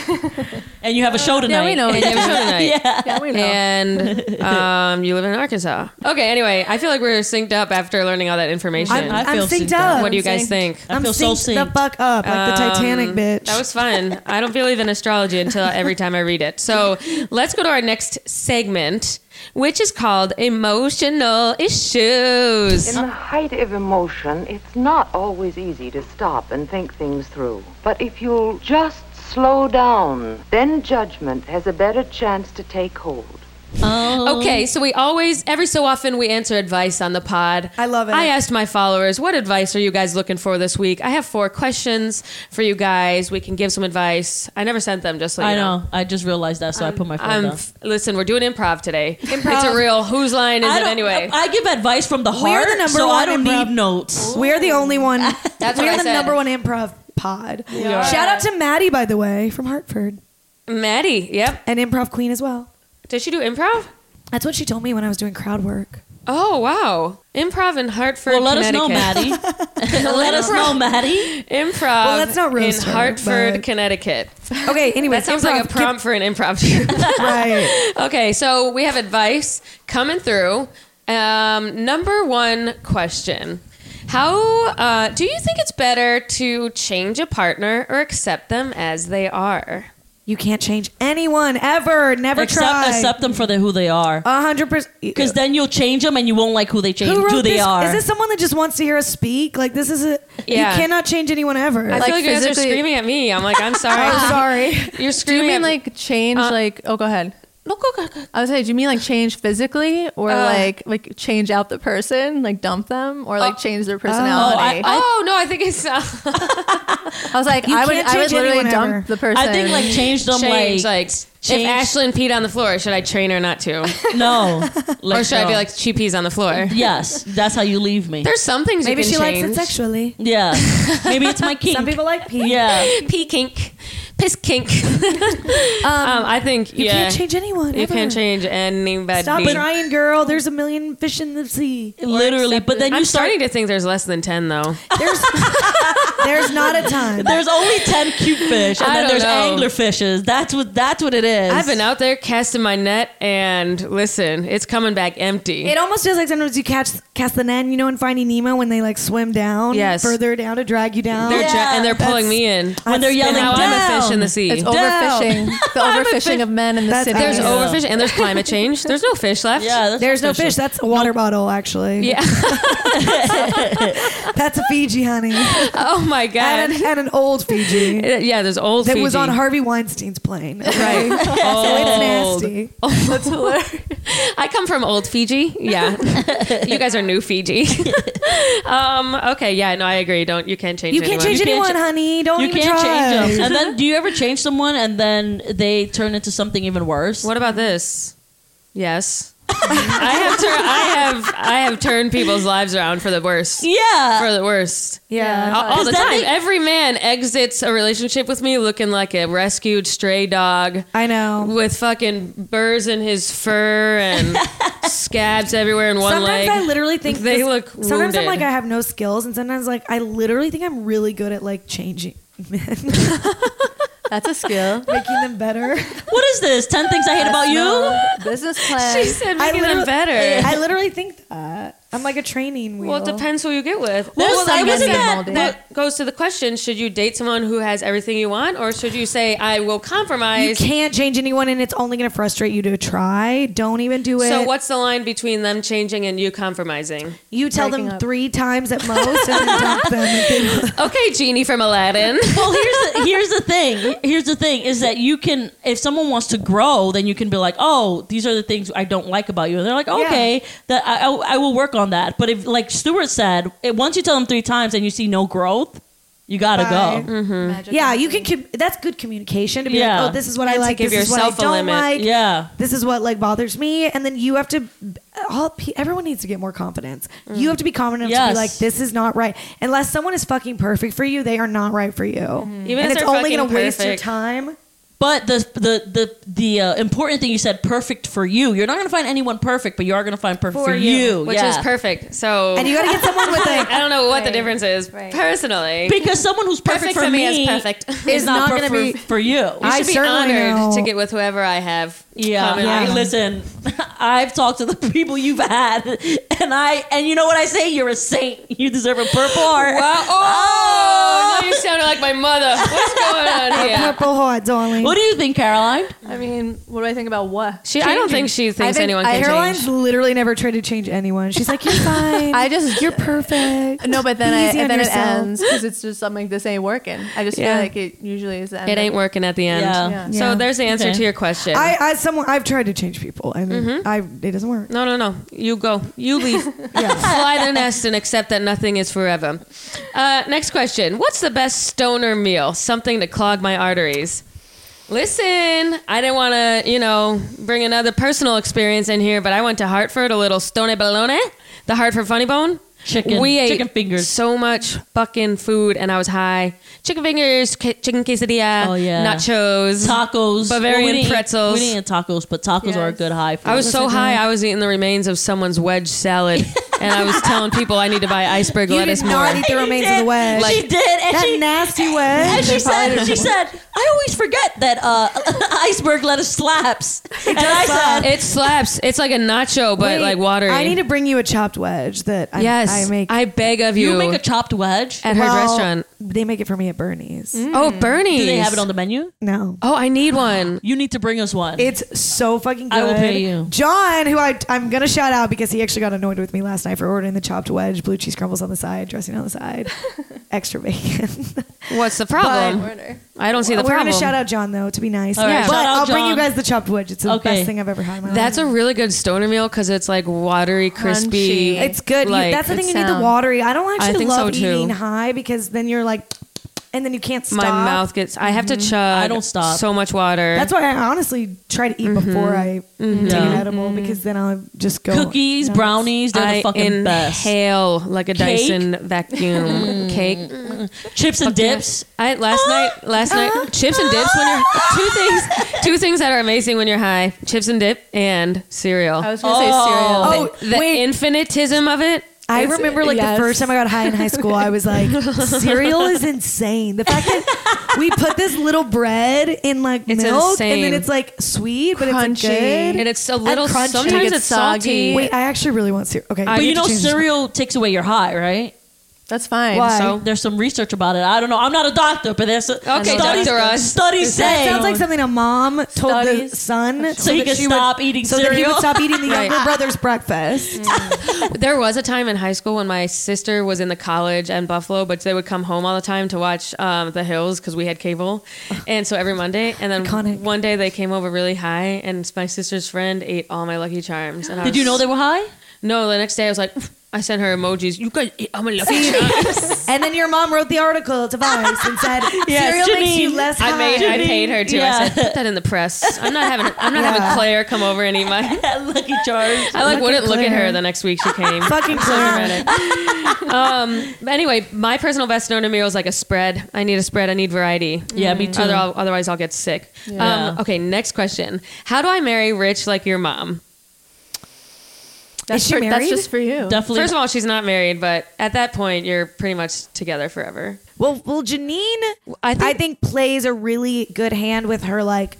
S2: And you have a show tonight.
S3: we know.
S1: And you have a show tonight.
S3: Yeah, we know.
S1: and um, you live in Arkansas. Okay. Anyway, I feel like we're synced up after learning all that information.
S4: I'm,
S2: I
S4: I'm
S2: feel
S4: synced
S2: synced up.
S4: up.
S1: what do you guys think?
S2: I
S4: I'm
S2: feel so
S4: synced the
S2: synced.
S4: fuck up like the Titanic,
S1: Um,
S4: bitch.
S1: That was fun. I don't believe in astrology until every time I read it. So let's go to our next segment, which is called emotional issues.
S6: In the height of emotion, it's not always easy to stop and think things through. But if you'll just slow down, then judgment has a better chance to take hold.
S2: Oh.
S1: Okay, so we always, every so often, we answer advice on the pod.
S4: I love it.
S1: I asked my followers, what advice are you guys looking for this week? I have four questions for you guys. We can give some advice. I never sent them, just so you
S2: I know. I just realized that, so i put my phone
S1: I'm,
S2: down.
S1: Um, f- listen, we're doing improv today. It's a real whose line is
S2: I
S1: it
S2: don't-
S1: anyway?
S2: I give advice from the heart,
S4: the number
S2: so I
S4: one
S2: don't
S4: improv-
S2: need notes.
S4: We're the only one.
S1: That's
S4: we're
S1: what I
S4: the
S1: said.
S4: number one improv pod.
S1: are.
S4: Shout out to Maddie, by the way, from Hartford,
S1: Maddie, yep.
S4: an improv queen as well.
S1: Did she do improv?
S4: That's what she told me when I was doing crowd work.
S1: Oh wow, improv in Hartford.
S2: Well, let us know,
S1: Connecticut.
S2: Maddie. let us know, Maddie.
S1: Improv.
S4: Well, let's not roast
S1: in
S4: her,
S1: Hartford,
S4: but-
S1: Connecticut.
S4: Okay, anyway,
S1: That sounds like a prompt for an improv. troupe.
S4: right.
S1: Okay, so we have advice coming through. Um, number one question How uh, do you think it's better to change a partner or accept them as they are?
S4: You can't change anyone ever. Never
S2: Accept,
S4: try.
S2: accept them for the, who they are.
S4: A hundred percent.
S2: Because then you'll change them and you won't like who they change,
S4: who wrote
S2: they
S4: this?
S2: are.
S4: Is this someone that just wants to hear us speak? Like this is a.
S1: Yeah.
S4: You cannot change anyone ever.
S1: I
S3: Like
S1: feel like you guys are
S3: physically-
S1: screaming at me. I'm like, I'm sorry.
S4: I'm Oh, sorry.
S1: You're
S3: Do you
S1: screaming
S4: Uh,
S3: mean like change? like, oh, go ahead.
S1: No, go, go, go.
S3: I was say, do you mean like change physically, or
S1: Uh.
S3: like like change out the person, like dump them, or
S4: uh,
S3: like
S1: Oh.
S3: change their personality? I,
S1: oh no, I think it's uh,
S3: was like,
S4: You
S3: I would,
S4: can't
S3: I would
S4: change
S3: literally
S4: anyone
S3: dump
S4: ever.
S3: the person.
S2: I think like change them
S1: change. Like,
S2: change-
S1: if Ashlyn peed on the floor, should I train her not to,
S2: like no.
S1: or should I
S2: no.
S1: be like she pees on the floor?
S2: yes, that's how you leave me.
S1: There's some things
S4: Maybe
S1: you can
S4: she likes
S1: change.
S4: it sexually.
S2: Yeah, maybe it's my kink.
S4: Some people like pee.
S2: yeah,
S1: Pee kink, piss kink. um, I think
S4: You
S1: yeah,
S4: can't change anyone.
S1: You
S4: ever.
S1: can't change anybody.
S4: Stop trying, girl. There's a million fish in the sea.
S2: literally. But then you
S1: I'm
S2: start.
S1: starting to think there's less than ten though.
S4: There's there's not a time.
S2: There's only ten cute fish, and
S1: I
S2: then
S1: don't
S2: there's
S1: know.
S2: angler fishes. That's what that's what it is.
S1: I've been out there casting my net, and listen, it's coming back empty.
S4: It almost feels like sometimes you catch cast the net, you know, in Finding Nemo when they like swim down,
S1: Yes.
S4: further down to drag you down.
S1: they're ja- and they're
S4: That's-
S1: pulling me in.
S2: when they're
S1: And
S2: yelling
S1: now
S2: down.
S1: I'm a fish in the sea.
S3: it's overfishing, the overfishing of men in the
S4: That's
S3: city.
S1: There's
S4: Yeah.
S1: overfish and there's climate change. There's no fish left.
S2: Yeah, that's
S4: There's no fish. That's a water bottle, actually.
S1: Yeah.
S4: That's a Fiji, honey, and,
S1: Oh my god.
S4: an, and an old Fiji that
S1: yeah, there's old Fiji.
S4: was on Harvey Weinstein's plane.
S1: Right.
S4: So it's
S1: Old.
S4: nasty.
S1: That's hilarious. I come from old Fiji. Yeah. you guys are new Fiji. um, okay, yeah, no, I agree. Don't you can't change
S4: You can't
S1: anyone.
S4: change
S2: You can't
S4: anyone,
S2: cha-
S4: honey. Don't
S2: You
S4: even
S2: can't
S4: Oh, try.
S2: change them. And then, do you ever change someone and then they turn into something even worse?
S1: What about this? Yes. I have tur- I have I have turned people's lives around for the worst.
S2: Yeah.
S1: For the worst.
S4: Yeah.
S1: All, all the
S2: that
S1: time.
S2: make-
S1: Every man exits a relationship with me looking like a rescued stray dog.
S4: I know.
S1: with fucking burrs in his fur and scabs everywhere in one
S4: sometimes
S1: leg.
S4: I literally think
S1: They
S4: this-
S1: look
S4: Sometimes I'm
S1: wounded.
S4: like I have no skills, and sometimes like I literally think I'm really good at like changing men,
S3: That's a skill.
S4: making them better.
S2: What is this? Ten things I hate about you.
S3: Business plan.
S1: she said
S4: uh, I
S1: making them
S4: literally-
S1: better.
S4: I literally think that I'm like a training wheel.
S1: Well, it depends who you get with.
S2: There's
S1: well, I
S2: some
S1: guess
S2: men that-
S1: that,
S3: molded.
S1: that goes to the question: Should you date someone who has everything you want, or should you say, "I will
S4: You
S1: compromise"?
S4: can't change anyone, and it's only going to frustrate you to try. Don't even do it.
S1: So, what's the line between them changing and you compromising?
S4: You tell them
S3: Breaking up.
S4: three times at most, and then dump them. And they-
S1: Okay, Genie from Aladdin.
S2: Well, here's the, here's the thing. Here's the thing is that you can, if someone wants to grow, then you can be like, oh, these are the things I don't like about you, and they're like, okay, that I, I, I will work on that. But if, like Stuart said, it, once you tell them three times and you see no growth, you gotta
S4: Bye.
S2: go.
S1: Mm-hmm.
S4: yeah, you can. Com- that's good communication to be
S2: Yeah.
S4: like, oh, this is what I
S1: And to
S4: like.
S1: give
S4: this is what I
S1: yourself a
S4: don't
S1: limit.
S4: like.
S2: Yeah,
S4: this is what like bothers me and then you have to all pe- everyone needs to get more confidence you have to be confident enough to
S2: Yes.
S4: be like this is not right unless someone is fucking perfect for you they are not right for you
S1: Even if
S4: and it's
S1: they're
S4: only
S1: fucking
S4: gonna waste your
S1: perfect.
S4: time
S2: but the the the the uh, important thing you said, perfect for you. You're not gonna find anyone perfect, but you are gonna find perfect for, you,
S1: which
S2: yeah.
S1: is perfect. So,
S4: and you gotta get someone with
S1: I
S4: a
S1: don't know what the difference is
S3: right.
S1: personally.
S2: Because someone who's perfect,
S1: Perfect
S2: for
S1: to me
S2: me
S1: is perfect.
S2: is
S4: It's not
S2: not, perfect
S4: gonna be-
S2: for you.
S4: I
S1: I should be
S4: certainly
S1: honored
S4: know.
S1: to get with whoever I have.
S2: Yeah,
S1: coming
S2: Like,
S1: up.
S2: listen, I've talked to the people you've had, and I and you know what I say? You're a saint. You deserve a purple heart.
S1: Wow. Oh, now you sounded like my mother. What's going on here?
S4: purple heart darling
S2: What do you think, Caroline?
S3: I mean, what do I think about what?
S1: She, I don't think she
S4: I
S1: thinks
S4: think
S1: anyone can
S4: Caroline's
S1: change.
S4: literally never tried to change anyone. She's like, "You're fine.
S3: I just
S4: You're perfect."
S3: No, but then
S4: Be
S3: I,
S4: easy on
S3: and then
S4: yourself.
S3: it ends because it's just something. This ain't working. I just
S1: Yeah.
S3: feel like it usually is. The end
S1: It ain't working
S3: working.
S1: at the end.
S2: Yeah.
S3: Yeah.
S1: So
S4: Yeah.
S1: there's the answer
S2: Okay.
S1: to your question.
S4: I, I, someone, I've tried to change people, and I, it doesn't work.
S1: no, no, no. You go. You leave. Fly the nest and accept that nothing is forever. Uh, next question. What's the best stoner meal? Something to clog my arteries. Listen, I didn't want to, you know, bring another personal experience in here, but I went to Hartford, a little stone bologna, the Hartford Funny Bone.
S2: Chicken.
S1: We ate
S2: Chicken fingers.
S1: so much fucking food, and I was high. Chicken fingers, ca- chicken quesadilla,
S2: Oh, yeah.
S1: nachos,
S2: Tacos,
S1: Bavarian
S2: we didn't eat-
S1: pretzels.
S2: we didn't eat tacos, but tacos are a good high. For
S1: I was
S2: us.
S1: so high, I was eating the remains of someone's wedge salad, and I was telling people I need to buy iceberg
S4: You
S1: lettuce
S4: did not
S1: more.
S4: eat the remains of the
S2: did.
S4: wedge.
S2: she did, and
S4: that
S2: she
S4: nasty wedge.
S2: and she said, she said, I always forget that uh, iceberg lettuce slaps. And I said,
S1: It slaps. It's like a nacho, but
S4: Wait,
S1: like watery.
S4: I need to bring you a chopped wedge that I,
S1: Yes,
S4: I
S1: I,
S4: make.
S1: beg of you,
S2: you make a chopped wedge.
S1: at her
S4: Well, mm.
S1: restaurant.
S4: they make it for me at Bernie's.
S1: Oh, Bernie.
S2: Do they have it on the menu?
S4: No.
S1: Oh, I need one.
S2: You need to bring us one.
S4: It's so fucking good.
S2: I will pay you.
S4: John, who I, I'm going to shout out because he actually got annoyed with me last night for ordering the chopped wedge, blue cheese crumbles on the side, dressing on the side, extra bacon.
S1: What's the problem?
S3: Order.
S1: I don't see the
S4: We're
S1: problem.
S4: going to shout out John, though, to be nice.
S2: All right,
S4: But
S2: shout out
S4: I'll bring you
S2: John.
S4: guys the chopped wedge. It's the
S2: Okay.
S4: best thing I've ever had in my
S1: That's
S4: life.
S1: a really good stoner meal because it's like watery, crispy.
S3: Crunchy.
S4: It's good. You-
S1: Like,
S4: that's the thing.
S1: it
S4: You need the
S1: sound-
S4: watery. I don't actually
S1: think
S4: love
S1: so, too.
S4: eating high because then you're like, and then you can't stop. Mm-hmm.
S1: My mouth gets. I have to chug. I
S2: don't stop.
S1: So much water.
S4: That's why I honestly try to eat before I take an
S2: Yeah.
S4: edible
S1: Mm-hmm.
S4: because then I'll just go
S2: Cookies,
S4: nuts.
S2: brownies, they're
S1: I
S2: the fucking best.
S1: inhale like a
S2: Cake? Mm.
S1: Dyson vacuum. Cake.
S2: Chips and dips.
S1: I
S2: Ah!
S1: last night last night chips and dips when you're two things two things that are amazing when you're high chips and dip and cereal.
S3: I was gonna
S2: Oh.
S3: say cereal.
S4: Oh,
S1: the
S4: wait.
S1: infinitism of it.
S4: I
S3: It's-
S4: remember like
S3: yes.
S4: the first time I got high in high school, I was like, cereal is insane. The fact that we put this little bread in like
S1: It's
S4: milk and
S1: insane.
S4: then it's like sweet, but it's
S3: Crunchy.
S4: good.
S1: And it's a little
S4: crunchy. It
S1: sometimes
S4: gets
S1: it's soggy.
S4: Wait, I actually really want cereal. Okay,
S1: But
S2: But
S1: I
S2: you
S1: get
S2: know,
S1: to change this-
S2: cereal takes away your high, right?
S3: That's fine.
S4: Why?
S1: so
S2: There's some research about it. I don't know. I'm not a doctor, but there's
S1: Okay,
S2: studies,
S1: Dr. Oz.
S2: studies
S4: that
S2: say
S4: sounds like something a mom told the
S3: Studies.
S4: son
S2: so he
S4: that
S2: can
S4: she would-
S2: stop eating
S4: so
S2: cereal.
S4: that he would stop eating the
S1: Right.
S4: younger brother's breakfast.
S1: There was a time in high school when my sister was in the college and Buffalo, but they would come home all the time to watch um, The Hills because we had cable, and so every Monday. And then
S4: Iconic.
S1: one day they came over really high, and my sister's friend ate all my Lucky Charms. And I
S2: Did
S1: was-
S2: you know they were high?
S1: No, the next day I was like, I sent her emojis. You guys, ate all my Lucky Charms.
S4: And then your mom wrote the article to Vice and said,
S2: Yes,
S4: cereal makes you
S2: Janine.
S4: less high.
S1: I made, I paid her too. I
S2: Yeah.
S1: said, put that in the press. I'm not having, I'm not
S4: Yeah.
S1: having Claire come over and eat my.
S2: Lucky Charms.
S1: I like wouldn't look at
S4: Claire.
S1: her the next week she came.
S4: Fucking clown.
S1: dramatic. um, but anyway, my personal best known to me was like a spread. I need a spread. I need variety. Mm.
S2: Yeah, me too.
S1: Other, otherwise, I'll get sick. Um, okay, next question. How do I marry rich like your mom?
S3: That's
S4: Is she
S3: for-
S4: married?
S3: That's just for you.
S2: Definitely.
S1: First of all, she's not married, but at that point, you're pretty much together forever.
S4: Well, well, Janine,
S1: I
S4: I
S1: think-
S4: think, plays a really good hand with her like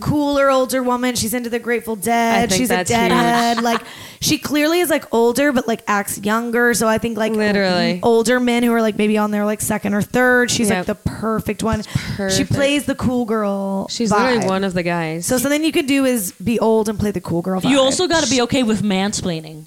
S4: cooler older woman. She's into the Grateful
S1: I
S4: Dead.
S1: think
S4: She's a
S1: that's
S4: deadhead. like she clearly is like older, but like acts younger. So I think like
S1: Literally.
S4: older men who are like maybe on their like second or third. She's
S1: Yep.
S4: like the perfect one. She
S1: perfect.
S4: plays the cool girl.
S1: She's
S4: vibe.
S1: literally one of the guys.
S4: So something you could do is be old and play the cool girl.
S2: you
S4: vibe.
S2: also got to be okay with mansplaining,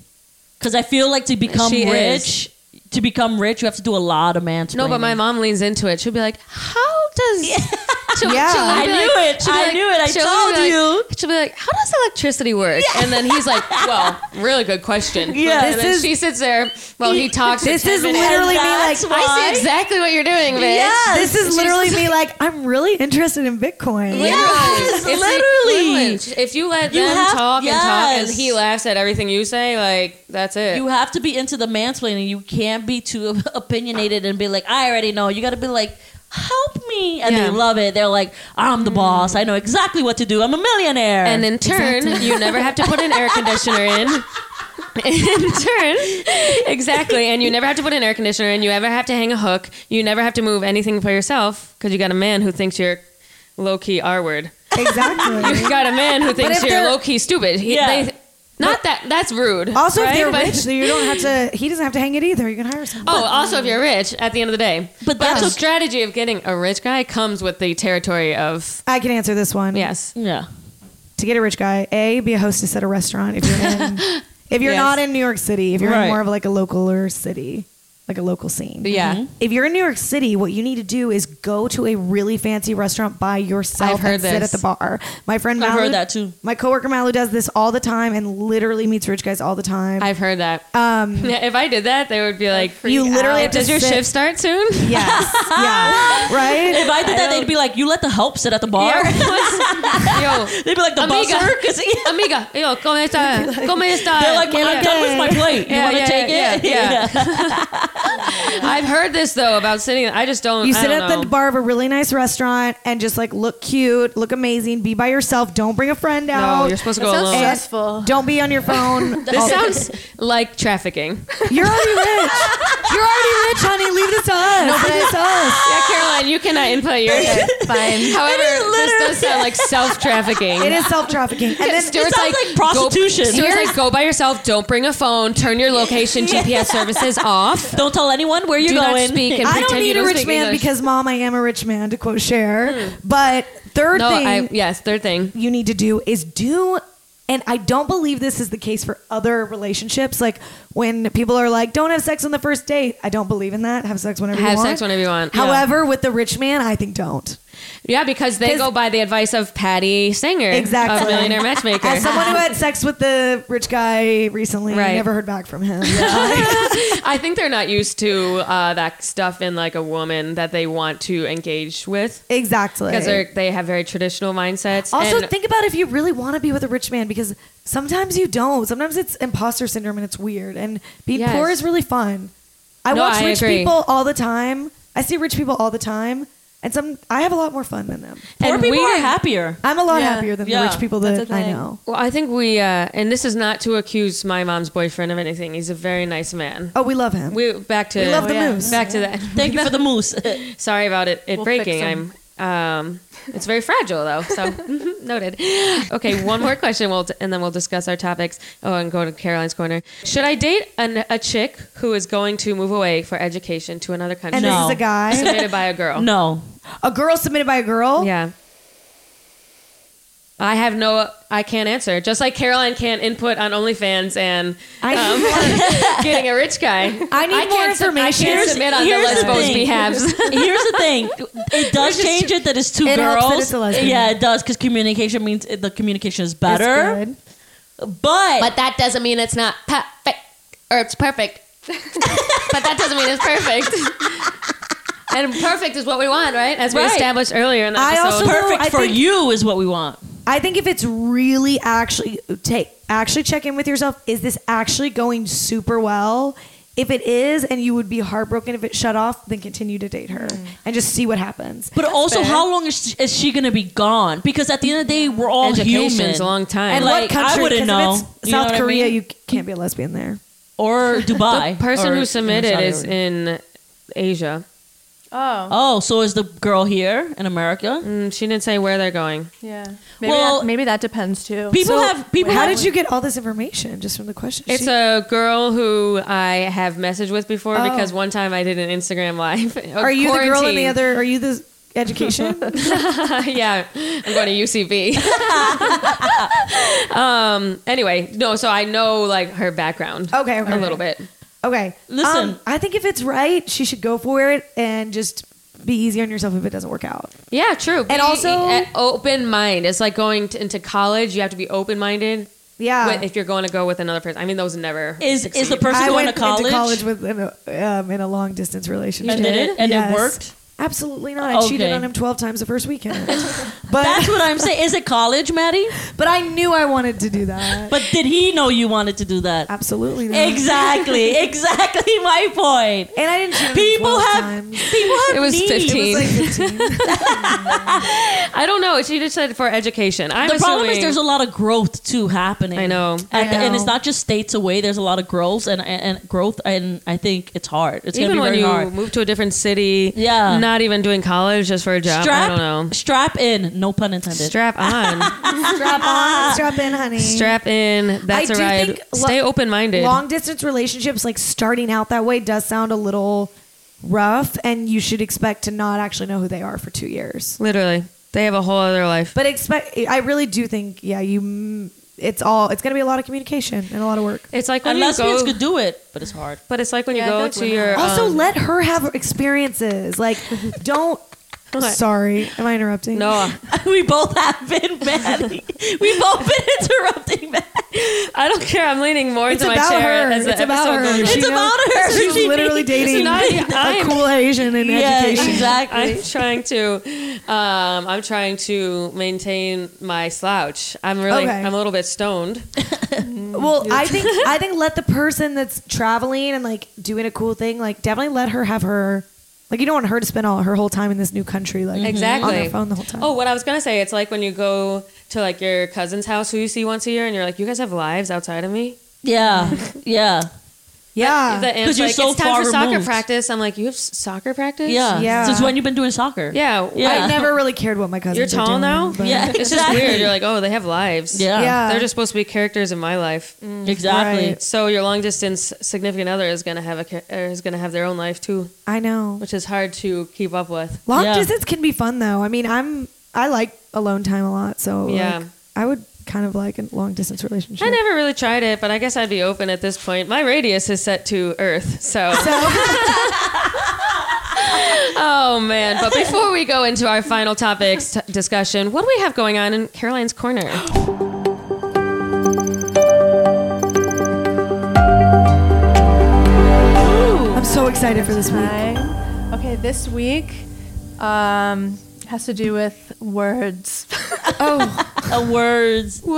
S2: because I feel like to become
S1: She
S2: rich, to become rich, you have to do a lot of mansplaining.
S1: no, but my mom leans into it. She'll be like, "How does?" She'll-
S4: Yeah.
S1: she'll
S2: I
S1: be
S2: knew it.
S1: she'll be
S2: I knew it. I
S1: she'll
S2: told
S1: be like-
S2: you.
S1: She'll be like, "How does electricity work?" And then he's like, "Well, really good question."
S4: Yeah,
S1: And
S4: this
S1: then
S4: is-
S1: she sits there. Well, Oh, he talks. for
S4: This
S1: 10
S4: is
S1: minutes.
S4: literally me like
S2: That's
S1: I see exactly what you're doing, bitch.
S4: This is literally me like I'm really interested in Bitcoin.
S1: Literally. It's
S2: Yes,
S1: like
S2: literally.
S1: equivalent. if you let
S2: You
S1: them
S2: have-
S1: talk and talk,
S2: yes.
S1: and he laughs at everything you say, like that's it.
S2: You have to be into the mansplaining. You can't be too opinionated and be like, I already know. You got to be like, help me. And
S1: Yeah. Mm.
S2: they love it. They're like, I'm the boss. I know exactly what to do. I'm a millionaire.
S1: And in turn, you never have to put an air conditioner in. In turn, exactly. And you never have to put an air conditioner in. You never have to hang a hook. You never have to move anything for yourself because you got a man who thinks you're low key R word.
S4: Exactly.
S1: You got a man who thinks
S4: if
S1: you're
S4: they're-
S1: low key stupid. He,
S2: Yeah.
S1: they, not that that's rude.
S4: Also,
S1: right?
S4: if they're
S1: But-
S4: rich, you don't have to. He doesn't have to hang it either. You can hire someone.
S1: Oh, also if you're rich, at the end of the day. But
S2: But that's
S1: the
S2: okay.
S1: strategy of getting a rich guy comes with the territory of
S4: I can answer this one.
S1: yes.
S2: Yeah.
S4: To get a rich guy, a be a hostess at a restaurant. If you're in, if you're
S1: Yes.
S4: not in New York City, if you're
S2: Right.
S4: in more of like a localer city, like a local scene.
S1: Yeah.
S4: If you're in New York City, what you need to do is go to a really fancy restaurant by yourself
S1: I've heard
S4: and sit
S1: this.
S4: at the bar. My friend
S2: I've
S4: Malu,
S2: heard that too.
S4: My coworker Malu does this all the time and literally meets rich guys all the time.
S1: I've heard that.
S4: um,
S1: Yeah, if I did that, they would be like,
S4: you literally have to
S1: "Does your
S4: sit-
S1: shift start soon?"
S4: Yes. yeah. Right.
S2: If I did that, they'd be like, you let the help sit at the bar.
S1: Yeah.
S2: They'd be like, the
S1: Amiga.
S2: busser. 'Cause-
S1: yo, amiga, yo, come esta, come esta.
S2: They're like, I'm done with my plate. You
S1: Yeah,
S2: want to
S1: yeah,
S2: take it?
S1: yeah, yeah. I've heard this though about sitting. I just don't.
S4: You
S1: I
S4: sit
S1: don't
S4: at
S1: know.
S4: the bar of a really nice restaurant and just like look cute, look amazing, be by yourself. Don't bring a friend out.
S1: you're supposed to go
S3: That sounds
S1: alone.
S4: And
S3: stressful.
S4: Don't be on your phone.
S1: This
S4: All-
S1: sounds like trafficking.
S4: you're already rich. You're already rich, honey. Leave this to us.
S1: No, but
S4: Leave
S1: I-
S4: this to us.
S1: Yeah, Caroline, you cannot input your.
S3: Fine.
S1: However, this does sound like self trafficking.
S4: It is self trafficking. And then
S1: Stuart's
S2: sounds like prostitution.
S1: Go, Stuart's like, go by yourself. Don't bring a phone. Turn your location GPS services off.
S2: Don't tell anyone where you're
S1: Do
S2: going.
S1: not speak. And
S4: I
S1: pretend
S4: don't
S1: you
S4: need a rich
S1: speak
S4: man
S1: English. Hmm.
S4: because, mom, I am a rich man, to quote Cher. But third
S1: No,
S4: thing
S1: I yes. Third thing.
S4: you need to do is do. And I don't believe this is the case for other relationships. Like when people are like, "Don't have sex on the first date." I don't believe in that. Have sex whenever you
S1: Have
S4: want.
S1: sex whenever you want, yeah.
S4: However, with the rich man, I think don't.
S1: Yeah, because they
S4: 'Cause-
S1: go by the advice of Patty Singer,
S4: Exactly.
S1: of Millionaire Matchmaker.
S4: As someone who had sex with the rich guy recently, I
S1: Right.
S4: never heard back from him.
S1: I think they're not used to uh, that stuff in like a woman that they want to engage with
S4: exactly.
S1: because they're they have very traditional mindsets.
S4: Also,
S1: and
S4: think about if you really want to be with a rich man because sometimes you don't. Sometimes it's imposter syndrome and it's weird. And being
S1: Yes.
S4: poor is really fun. I
S1: No,
S4: watch
S1: I
S4: rich
S1: agree.
S4: people all the time. I see rich people all the time, and some I have a lot more fun than them.
S2: Poor
S1: And
S2: people
S1: we
S2: are
S1: didn't-
S2: happier.
S4: I'm a lot
S2: Yeah.
S4: happier than
S2: Yeah.
S4: the rich people
S2: That's
S4: that
S2: the
S4: I
S2: thing.
S4: know.
S1: well, I think we uh, and this is not to accuse my mom's boyfriend of anything. He's a very nice man.
S4: Oh, we love him.
S1: We back to Oh,
S4: We love the
S1: yeah.
S4: moose.
S1: Back to that.
S2: Thank you for the moose.
S1: Sorry about it. It
S3: We'll fix
S1: breaking.
S3: them.
S1: I'm. Um, it's very fragile though. So noted. Okay, one more question. We'll and then we'll discuss our topics. Oh, and go to Caroline's corner. Should I date an, a chick who is going to move away for education to another country?
S4: and this
S2: No.
S4: is a guy,
S1: Submitted by a girl.
S2: no.
S4: a girl submitted by a girl.
S1: Yeah. I have no. I can't answer. Just like Caroline can't input on OnlyFans and um, getting a rich guy.
S4: I need more
S1: can't sub-
S4: information.
S1: I can't
S4: Here's-
S1: submit on the
S2: here's the
S1: lesbos
S2: thing.
S1: behalves.
S2: Here's the thing. It does change it that it's two
S4: It helps
S2: girls.
S4: that it's a lesbian.
S2: Yeah, it does because communication means it, the communication is
S4: That's
S2: better.
S4: good.
S2: But,
S1: But that doesn't mean it's not perfect, or it's perfect. but that doesn't mean it's perfect. and perfect is what we want, right? As we
S2: Right.
S1: established earlier in the
S4: I
S1: episode.
S4: also though,
S2: perfect
S4: I
S2: for
S4: think-
S2: you is what we want.
S4: I think if it's really actually take actually check in with yourself, is this actually going super well? If it is, and you would be heartbroken if it shut off, then continue to date her
S2: Mm.
S4: and just see what happens.
S2: But also, how long is she, is she going to be gone? Because at the end of the day, we're all
S1: Education's
S2: human.
S1: a long time.
S2: And
S1: What
S2: like, I wouldn't
S4: 'Cause if
S2: know.
S4: it's
S2: You know
S4: South
S2: what I
S4: Korea,
S2: mean?
S4: you can't be a lesbian there.
S2: or Dubai.
S1: the person
S2: or, you know,
S1: who submitted
S2: Saudi
S1: is
S2: Arabia.
S1: in Asia.
S3: Oh,
S2: Oh, so is the girl here in America?
S1: Mm, she didn't say where they're going.
S3: yeah. Maybe,
S2: Well-
S3: that, maybe that depends too.
S2: People have people.
S4: How
S2: have,
S4: did you get all this information just from the question?
S1: It's
S4: sheet?
S1: a girl who I have messaged with before
S4: Oh.
S1: because one time I did an Instagram live.
S4: are you the girl in the other? Are you the education?
S1: yeah, I'm going to UCB. um. Anyway, no. So I know like her background.
S4: Okay, okay.
S1: a little bit.
S4: okay,
S2: Listen.
S4: Um, I think if it's right, she should go for it and just be easy on yourself if it doesn't work out.
S1: Yeah, true. Be
S4: also-
S1: a- open mind. It's like going to, into college. You have to be open minded
S4: Yeah,
S1: if you're going to go with another person. I mean, those never.
S2: is is the person
S4: I
S2: going
S4: went
S2: to college?
S4: into college with in a, um, in a long distance relationship.
S2: And did it? And it worked?
S4: Absolutely not. I cheated
S2: Okay.
S4: on him twelve times the first weekend. but
S2: That's what I'm saying. Is it college, Maddie?
S4: but I knew I wanted to do that.
S2: But did he know you wanted to do that?
S4: Absolutely not.
S2: Exactly. Exactly my point.
S4: And I didn't cheat on him
S2: People
S4: 12
S2: have
S4: times.
S2: people have
S1: It was
S2: needs.
S1: 15.
S4: It was like 15.
S1: I don't know. She just said for education. I'm
S2: The problem is
S1: assuming-
S2: there's a lot of growth too happening.
S1: I know.
S4: I
S2: At the- and it's
S4: know.
S2: not just states away. There's a lot of growth and, and, and growth, and I think it's hard. It's
S1: even
S2: gonna
S1: when
S2: be very
S1: you
S2: hard.
S1: move to a different city.
S2: Yeah.
S1: Not even doing college just for a job. I
S2: strap,
S1: don't know.
S2: strap in. No pun intended.
S1: Strap on.
S4: strap on, strap in, honey.
S1: Strap in. That's
S4: I
S1: a
S4: do
S1: ride.
S4: think lo-
S1: Stay open minded.
S4: Long distance relationships, like starting out that way, does sound a little rough, and you should expect to not actually know who they are for two years.
S1: Literally, they have a whole other life.
S4: But expect, I really do think, yeah, you. m- It's all. It's going to be a lot of communication and a lot of work.
S1: it's like when
S2: and
S1: you
S2: lesbians
S1: go.
S2: could do it, but it's hard.
S1: but it's like when
S3: Yeah, I
S1: you
S3: feel
S1: go
S3: like
S1: to
S3: women
S1: your.
S4: Also,
S1: um,
S4: let her have experiences. Like, don't. Sorry, am I interrupting?
S1: no,
S2: we both have been bad. we both been interrupting bad.
S1: I don't care. I'm leaning more
S4: It's
S1: into my
S4: about
S1: chair
S4: her.
S1: as the
S4: It's about
S1: episode
S4: her.
S1: goes.
S4: She
S2: It's
S4: knows-
S2: about her.
S4: She's
S2: She
S4: literally
S2: needs-
S4: dating
S1: not-
S4: a
S1: I'm-
S4: cool Asian in education.
S1: I'm trying to, um, I'm trying to maintain my slouch. I'm really,
S4: Okay.
S1: I'm a little bit stoned.
S4: Well, I think I think let the person that's traveling and like doing a cool thing, like definitely let her have her. Like, you don't want her to spend all her whole time in this new country, like
S1: Exactly.
S4: on their phone the whole time.
S1: Oh, what I was gonna say, it's like when you go to like your cousin's house who you see once a year, and you're like, you guys have lives outside of me.
S2: Yeah, yeah.
S4: Yeah.
S1: That Anne's
S2: 'Cause you're
S1: like,
S2: so
S1: it's time
S2: far
S1: for soccer
S2: removed."
S1: practice. I'm like, you have s- soccer practice?
S2: Yeah.
S4: Yeah.
S2: Since when you been doing soccer?
S1: Yeah.
S2: Yeah.
S4: I never really cared what my cousins.
S1: You're
S4: were
S1: tall
S4: doing,
S1: now?
S4: but-
S2: Yeah.
S1: It's just weird. You're like, oh, they have lives.
S2: Yeah.
S4: Yeah. Mm.
S1: They're just supposed to be characters in my life.
S2: Exactly.
S4: Right.
S1: So your long distance significant other is gonna have a cha- er, is gonna have their own life too,
S4: I know.
S1: which is hard to keep up with.
S4: Long
S2: Yeah.
S4: distance can be fun though. I mean, I'm I like alone time a lot, so
S1: Yeah.
S4: like, I would kind of like a long distance relationship.
S1: I never really tried it, but I guess I'd be open at this point. My radius is set to Earth, so. oh man! But before we go into our final topics t- discussion, what do we have going on in Caroline's corner?
S4: I'm so excited for this week.
S3: Time. Okay, this week um, has to do with words.
S2: Uh, words.
S1: What?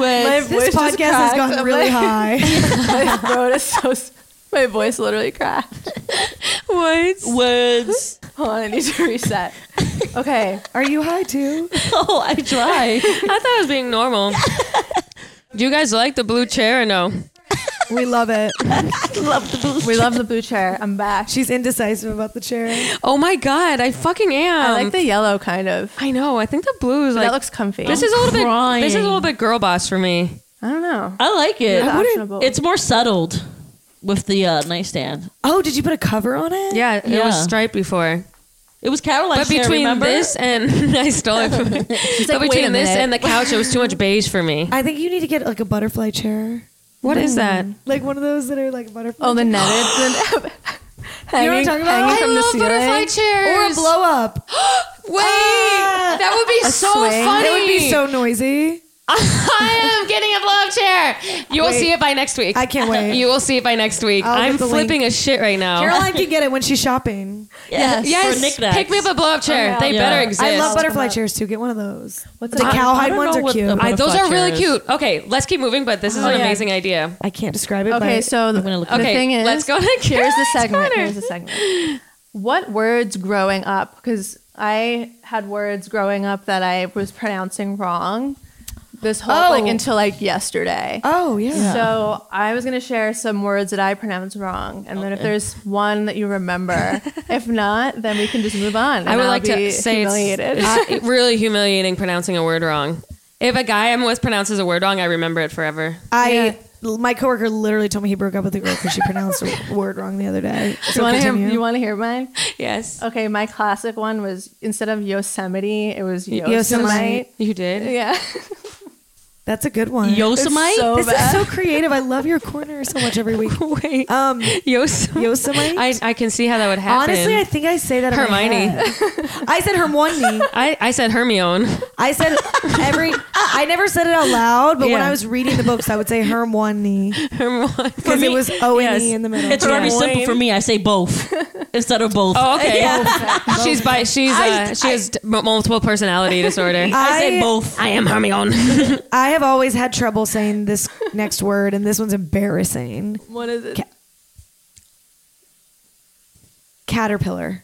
S2: Words.
S4: This podcast has gone really high.
S3: my throat is so. s- My voice literally cracked.
S1: What?
S2: Words.
S3: Hold on, I need to reset. Okay,
S4: Are you high too?
S2: Oh, I try.
S1: I thought it was being normal. Do you guys like the blue chair or no?
S4: We love it.
S3: we love the blue chair. I'm back.
S4: She's indecisive about the chair.
S1: Oh my god, I fucking am.
S3: I like the yellow kind of.
S1: I know. um, I think the blue is like
S3: that looks comfy.
S1: this is a little
S2: crying.
S1: bit this is a little bit girl boss for me.
S3: I don't know.
S2: I like it.
S3: It's optionable.
S2: It's more settled with the uh, nightstand.
S4: Oh, did you put a cover on it?
S1: Yeah, it
S2: Yeah.
S1: was striped before.
S2: It was Caroline's
S1: But
S2: chair,
S1: between
S2: remember?
S1: this and I stole it from you. but
S3: "Wait a
S1: between this
S3: minute."
S1: and the couch, it was too much beige for me.
S4: I think you need to get like a butterfly chair.
S1: What is that?
S4: Like one of those that are like butterfly.
S3: oh, the netted. the,
S4: You
S3: hanging,
S4: know what I'm talking about?
S3: hanging from
S1: I
S3: the
S1: love
S3: ceiling.
S1: butterfly
S4: or a
S1: chairs.
S4: blow up.
S1: Wait, that would be so
S3: swing.
S1: funny.
S4: That would be so noisy.
S1: I am getting a blow chair. You will
S4: Wait.
S1: see it by next week.
S4: I can't wait.
S1: You will see it by next week.
S4: I'll
S1: i am
S4: get the
S1: flipping a shit right now.
S4: Caroline can get it when she's shopping.
S2: yes.
S1: yes,
S2: For knickknacks.
S1: pick me up a blow up chair.
S3: Okay,
S1: they
S2: I'll-
S1: better
S2: Yeah.
S1: exist.
S4: I love butterfly chairs too. Get one of those.
S3: What's
S4: the
S3: it-
S2: I
S4: cowhide
S2: don't
S4: ones
S2: know
S4: are
S2: what the-
S4: cute.
S1: I, those
S2: Butterfly
S1: are really
S2: chairs.
S1: cute. Okay, let's keep moving, but this is an
S3: yeah.
S1: amazing idea.
S4: I can't describe it.
S3: Okay,
S4: but
S3: so the,
S2: I'm gonna look
S3: the
S1: Okay,
S3: thing is,
S1: let's go to
S3: here's the
S1: Caroline's
S3: segment.
S1: corner.
S3: Here's the segment. What words growing up? Because I had words growing up that I was pronouncing wrong. This whole like
S4: Oh.
S3: until like yesterday.
S4: oh yeah.
S3: So I was gonna share some words that I pronounced wrong, and then if there's one that you remember, if not, then we can just move on. and
S1: I would
S3: I'll
S1: like
S3: be
S1: to say it's,
S3: humiliated.
S1: it's really humiliating pronouncing a word wrong. If a guy I'm with pronounces a word wrong, I remember it forever.
S4: I my coworker literally told me he broke up with a girl because she pronounced a word wrong the other day. So
S3: you want to hear?
S4: continue.
S3: You want to hear mine?
S1: Yes.
S3: Okay, my classic one was instead of Yosemite, it was
S4: Yosemite.
S3: Yosemite.
S1: You did?
S3: Yeah,
S4: That's a good one.
S2: Yosemite?
S3: It's so
S4: this
S3: bad.
S4: is so creative. I love your corner so much every week.
S1: Wait.
S4: Um,
S1: Yosemite.
S4: Yosemite.
S1: I, I can see how that would happen.
S4: Honestly, I think I say that in my
S1: Hermione.
S4: head. I said Hermione.
S1: I, I said Hermione.
S4: I said every. I never said it out loud, but when
S1: Yeah.
S4: I was reading the books, I would say Hermione
S1: Hermione.
S4: because it was O N
S1: yes.
S4: E in the middle.
S2: It's very simple for me. I say both instead of both.
S1: Oh, okay. She's by she's uh, she has d- m- multiple personality disorder.
S4: I,
S2: I say both.
S1: I am Hermione.
S4: I have always had trouble saying this next word, and this one's embarrassing.
S3: What is it?
S4: Ca- Caterpillar.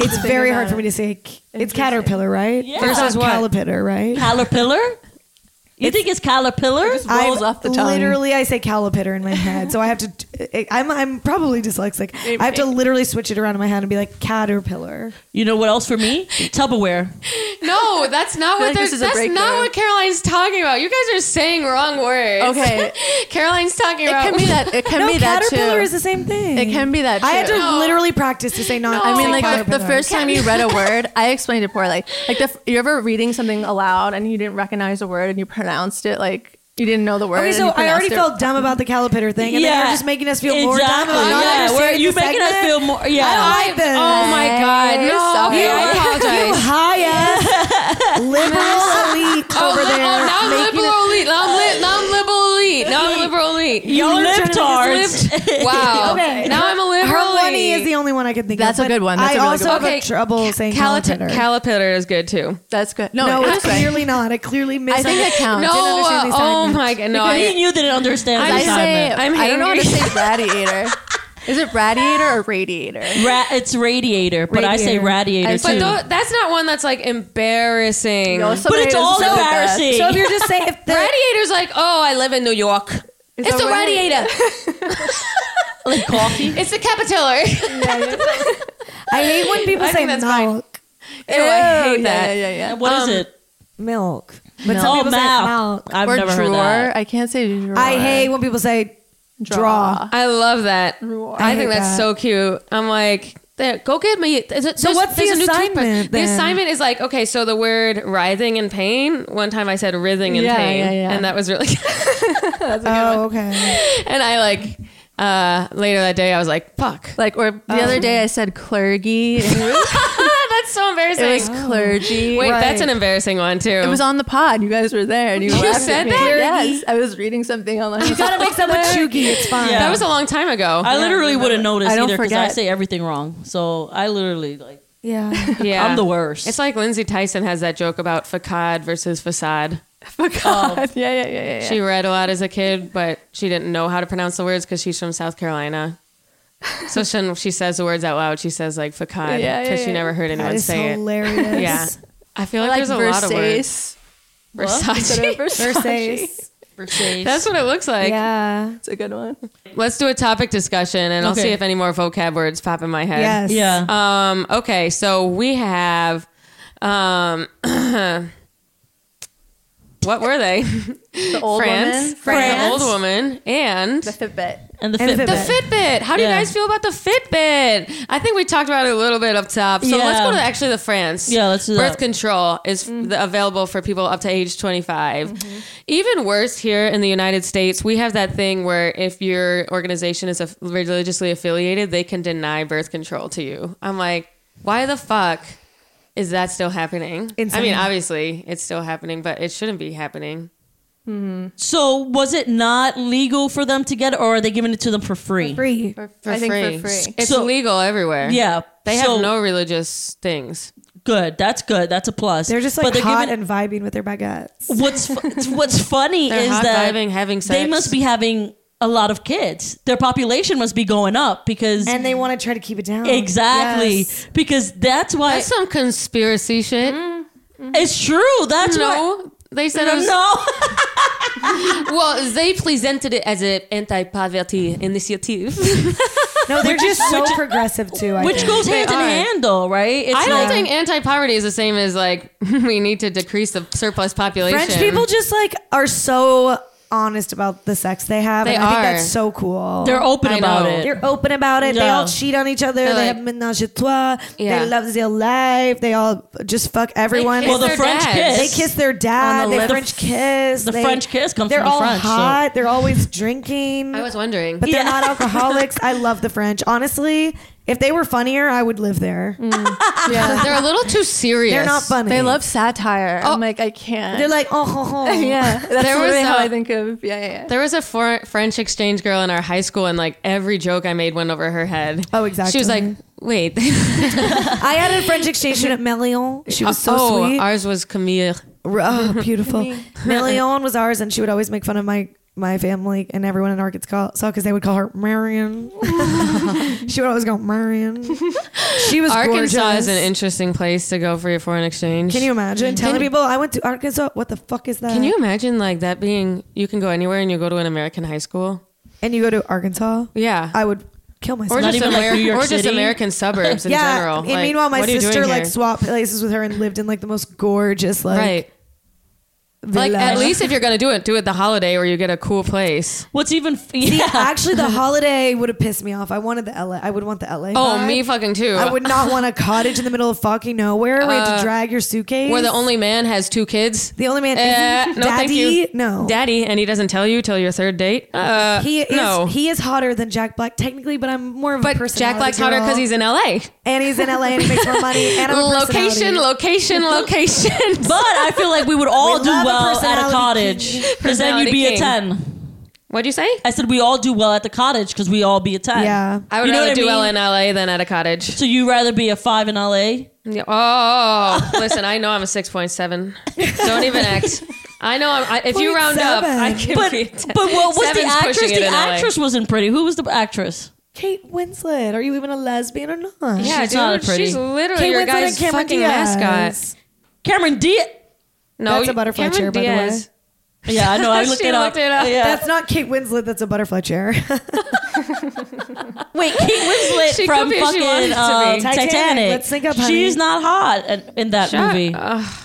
S4: It's very hard for me to say. c- It's caterpillar, right?
S2: Yeah.
S4: It's
S1: Versus
S4: not
S1: what?
S4: Caterpillar, right?
S2: Caterpillar? You think it's caterpillar?
S3: rolls
S4: I've-
S3: off the tongue.
S4: Literally, I say caterpillar in my head, so I have to. I'm I'm probably dyslexic. I have to literally switch it around in my head and be like caterpillar.
S2: You know what else for me? Tupperware.
S1: no, that's not what
S3: like
S1: they're,
S3: this is a
S1: that's not
S3: breakdown.
S1: what Caroline's talking about. You guys are saying wrong words.
S3: Okay.
S1: Caroline's talking
S3: It
S1: about
S3: can be that. It can
S4: no,
S3: be that
S4: caterpillar
S3: too.
S4: is the same thing.
S3: it can be that. Too.
S4: I had to
S1: No.
S4: literally practice to say not.
S1: No.
S4: to
S3: I mean,
S4: say
S3: like the, the
S4: caterpillar.
S3: first time you read a word, I explained it poorly. Like, the, f- you're ever reading something aloud and you didn't recognize a word and you pronounced it like you didn't know the word.
S4: Okay,
S3: and
S4: so
S3: you
S4: I already
S3: pronounced it-
S4: felt dumb about the caterpillar thing, and then
S2: Yeah.
S4: you're just making us feel more dumb
S2: Exactly.
S4: about not
S2: Yeah,
S4: understanding
S2: where you
S4: the
S2: making us
S4: segment.
S2: feel more- yeah.
S4: I don't like this.
S1: Oh my god. No.
S3: Sorry.
S1: Okay, I
S4: You
S1: apologize.
S4: high ass liberal elite
S1: Oh,
S4: over
S1: li-
S4: there.
S1: oh, now I'm
S4: making
S1: liberal elite. Now I'm, li- now I'm liberal elite. Now I'm liberal elite.
S2: You libtards.
S1: Lift- Wow. Now I'm a liberal
S4: Hermione
S1: elite.
S4: is the only one I could think
S3: That's
S4: of.
S3: a
S4: but
S3: good one.
S4: I
S3: That's a really
S4: also
S3: good
S4: have
S3: one.
S1: Okay,
S4: a trouble saying
S1: Calipiter.
S4: caterpillar.
S1: Calipiter is good too.
S3: That's good. No,
S4: no,
S3: it
S4: it's
S3: was right.
S4: clearly not. I clearly missed.
S3: I think that counts.
S1: No,
S4: didn't understand the
S1: oh
S4: assignment.
S1: my god, no,
S2: Me and
S1: I,
S2: you didn't understand
S1: I'm
S2: the
S3: I say
S2: assignment.
S1: I'm
S3: I don't know how to
S1: angry.
S3: say radiator. is it radiator or radiator?
S2: Ra- it's radiator, but I say radiator
S3: I
S2: too.
S3: say-
S1: but tho- that's not one that's like embarrassing.
S3: No,
S1: Radiator's
S3: somebody
S2: it's
S3: doesn't
S2: all
S3: know that.
S2: embarrassing.
S4: So if you're just saying if the
S1: like, oh, I live in New York.
S3: Is
S1: It's
S3: that
S1: the
S3: what it
S1: radiator.
S2: Like coffee.
S1: It's the capitular.
S4: I hate when people
S1: I
S4: say
S1: think
S4: milk.
S1: that's fine. Ew, I hate that.
S3: Yeah, yeah, yeah. yeah.
S2: What is
S1: Um,
S2: it?
S4: Milk. But
S2: Milk.
S4: some
S2: Oh,
S4: people say
S2: milk.
S4: milk.
S2: I've
S3: or
S2: never
S3: drawer.
S2: heard that.
S3: I can't say drawer.
S4: I hate when people say draw.
S1: I love that.
S3: Drawer.
S1: I,
S4: I
S1: think
S4: hate
S1: that's
S4: that.
S1: so cute. I'm like, there, go get me. Is it,
S4: So
S1: there's-
S4: what's the
S1: there's a new toothpaste.
S4: assignment
S1: The
S4: then?
S1: assignment is like, okay, so the word writhing in pain. One time I said writhing in
S3: Yeah,
S1: pain,
S3: yeah, yeah.
S1: and that was really.
S4: Oh, okay.
S1: and I like uh, later that day I was like, fuck.
S3: Like or the
S4: Um.
S3: other day I said clergy. and It was,
S1: that's so embarrassing.
S3: it was clergy.
S1: Wait,
S4: Right.
S1: that's an embarrassing one too.
S3: It was on the pod. You guys were there, and you,
S1: Oh. You
S3: laughed at
S1: said
S3: me.
S1: that?
S3: Yes, I was reading something online. You
S4: Gotta make someone chuggy. It's fine.
S2: Yeah.
S1: that was a long time ago.
S2: I literally wouldn't notice
S3: I don't
S2: either because I
S3: forget.
S2: say everything wrong. So I literally like
S4: Yeah.
S1: yeah.
S2: I'm the worst.
S1: It's like Lindsay Tyson has that joke about facade versus facade.
S3: God. Yeah, yeah, yeah, yeah. yeah.
S1: Oh. She read a lot as a kid, but she didn't know how to pronounce the words because she's from South Carolina. So she, when she says the words out loud. She says like facade because
S3: Yeah, yeah,
S1: she
S3: yeah.
S1: never heard
S4: That
S1: anyone
S4: is
S1: say
S4: hilarious.
S1: it. Yeah. I feel like,
S3: like
S1: there's a lot of words.
S3: Versace. Instead of
S1: Versace.
S3: Versace.
S4: Versace.
S2: Versace.
S1: That's what it looks like.
S4: yeah.
S3: It's a good one.
S1: Let's do a topic discussion and I'll
S2: Okay.
S1: see if any more vocab words pop in my head.
S4: Yes.
S2: yeah.
S3: Uh,
S1: Um, okay, so we have um what were they?
S3: The old
S1: France,
S3: woman,
S1: France, the old woman, and
S3: the Fitbit.
S2: and the
S4: and
S2: Fitbit.
S1: the
S4: Fitbit.
S1: Fitbit. How do you
S2: Yeah.
S1: guys feel about the Fitbit? I think we talked about it a little bit up top. So
S2: Yeah.
S1: let's go to actually the France.
S2: Yeah, let's do
S1: Birth
S2: that.
S1: control is the, available for people up to age 25.
S2: Mm-hmm.
S1: Even worse, here in the United States, we have that thing where if your organization is aff- religiously affiliated, they can deny birth control to you. I'm like, why the fuck? Is that still happening? I mean,
S4: Insane.
S1: obviously, it's still happening, but it shouldn't be happening.
S2: So was it not legal for them to get it, or are they giving it to them for free?
S4: Free.
S1: For
S3: I
S1: free.
S3: think for free.
S1: It's
S2: So-
S1: legal everywhere.
S2: Yeah.
S1: They have
S2: So,
S1: no religious things.
S2: good. That's good. That's a plus.
S4: They're just like
S2: they're
S4: hot
S2: giving-
S4: and vibing with their baguettes.
S2: what's fu- what's funny
S1: They're
S2: is
S1: hot
S2: that
S1: diving, having
S2: they
S1: sex.
S2: must be having a lot of kids. Their population must be going up because
S4: And they want to try to keep it down.
S2: exactly
S4: Yes.
S2: because Oh, that's why
S1: That's some conspiracy shit.
S2: it's true. That's why.
S1: No, they said it was-
S2: No,
S1: Well, they presented it as an anti-poverty initiative.
S4: No, they're just so progressive too. I
S2: which
S4: think.
S2: goes hand in
S1: are.
S2: hand, though, right? It's
S1: I don't
S2: like-
S1: think anti-poverty is the same as like we need to decrease the surplus population.
S4: French people just like are so honest about the sex they have.
S1: They
S4: and I think
S1: are.
S4: that's so cool.
S2: they're open
S1: I
S2: about
S1: know.
S2: it.
S4: They're open about it. They
S2: Yeah.
S4: all cheat on each other.
S1: They're
S4: they
S1: like-
S4: have menage a trois.
S1: Yeah.
S4: They love their life. They all just fuck everyone.
S1: kiss
S2: Well, the
S1: their
S2: French
S1: dads.
S2: kiss.
S4: They kiss their dad.
S2: On the
S4: they
S2: lip.
S4: French kiss.
S2: The
S4: They-
S2: French kiss comes
S4: They're
S2: from the
S4: all
S2: French, so-
S4: hot. They're always drinking.
S1: I was wondering.
S4: but they're not alcoholics. I love the French. Honestly, if they were funnier, I would live there.
S2: Mm.
S3: Yeah.
S1: they're a little too serious.
S4: They're not funny.
S3: They love satire.
S1: Oh.
S3: I'm like, I can't.
S4: They're like, oh, ho, ho.
S3: yeah, that's
S1: There was
S3: really how
S1: a-
S3: I think of. Yeah, yeah. yeah.
S1: There was a for- French exchange girl in our high school, and like every joke I made went over her head.
S4: Oh, exactly.
S1: She was like, "Wait,
S4: I had a French exchange student, Melion. She was so
S1: oh,
S4: sweet.
S1: ours was Camille."
S4: Oh, beautiful. Marion was ours, and she would always make fun of my my family and everyone in Arkansas because they would call her Marion. she would always go Marion. She was
S1: Arkansas
S4: gorgeous.
S1: is an interesting place to go for your foreign exchange.
S4: Can you imagine telling people I went to Arkansas? What the fuck is that?
S1: Can you imagine like that being? You can go anywhere, and you go to an American high school.
S4: And you go to Arkansas?
S1: Yeah,
S4: I would kill myself.
S1: or just
S2: even, like,
S1: Ameri-
S2: New York
S1: or just
S2: City?
S1: American suburbs in
S4: yeah.
S1: general.
S4: And
S1: Like,
S4: meanwhile, my
S1: what are you
S4: sister
S1: doing
S4: like
S1: here?
S4: swapped places with her and lived in like the most gorgeous like.
S1: right. Like
S4: villa.
S1: at least if you're gonna do it, do it the holiday where you get a cool place.
S2: What's even f- yeah.
S4: Actually, the holiday would have pissed me off. I wanted the LA. I would want the LA.
S1: Oh,
S4: vibe.
S1: me fucking too.
S4: I would not want a cottage in the middle of fucking nowhere where you have to drag your suitcase.
S1: Uh, where the only man has two kids.
S4: the only man.
S1: Uh,
S4: isn't
S1: no, thank you.
S4: Daddy? No.
S1: daddy, and he doesn't tell you till your third date. Uh,
S4: He is
S1: no.
S4: he is hotter than Jack Black technically, but I'm more of a
S1: but
S4: personality
S1: Jack Black's hotter
S4: girl.
S1: because he's in L.A.
S4: and he's in LA and he makes more money. And I'm a
S1: Location,
S4: personality.
S1: location, location.
S2: But I feel like we would all
S4: We
S2: do
S4: love a
S2: well at a
S4: personality
S2: cottage because then you'd be
S1: Personality
S2: a
S1: king.
S2: ten.
S1: What'd you say?
S2: I said we all do well at the cottage because we all be a ten.
S4: Yeah.
S1: I would
S2: You know
S1: rather
S2: what I
S1: do well
S2: mean?
S1: in LA than at a cottage.
S2: So you rather be a five in LA?
S1: Yeah. Oh, listen, I know I'm a 6.7. Don't even act. I know I'm, I, if you round up, I can
S2: But
S1: be a
S2: but
S1: 10.
S2: what was
S1: Seven's
S2: the actress?
S1: pushing it
S2: The
S1: in LA.
S2: actress wasn't pretty. Who was the actress?
S4: Kate Winslet. Are you even a lesbian or not?
S1: Yeah,
S2: She's
S1: dude,
S2: not pretty.
S1: she's literally
S4: Kate
S1: your
S4: Winslet
S1: guy's
S4: and Cameron
S1: fucking
S4: Diaz.
S1: mascot.
S2: Cameron Diaz.
S1: No,
S4: That's a butterfly
S1: Cameron
S4: chair, by the way.
S1: Diaz.
S2: Yeah, I know. I looked
S1: She
S2: it up.
S1: looked it up.
S2: Yeah.
S4: That's not Kate Winslet. That's a butterfly chair.
S2: Wait, Kate Winslet
S1: She
S2: from
S1: could be if she wanted to
S2: fucking
S1: be.
S2: um, Titanic.
S4: Titanic. Let's sync up, honey.
S2: She's not hot in, in that movie.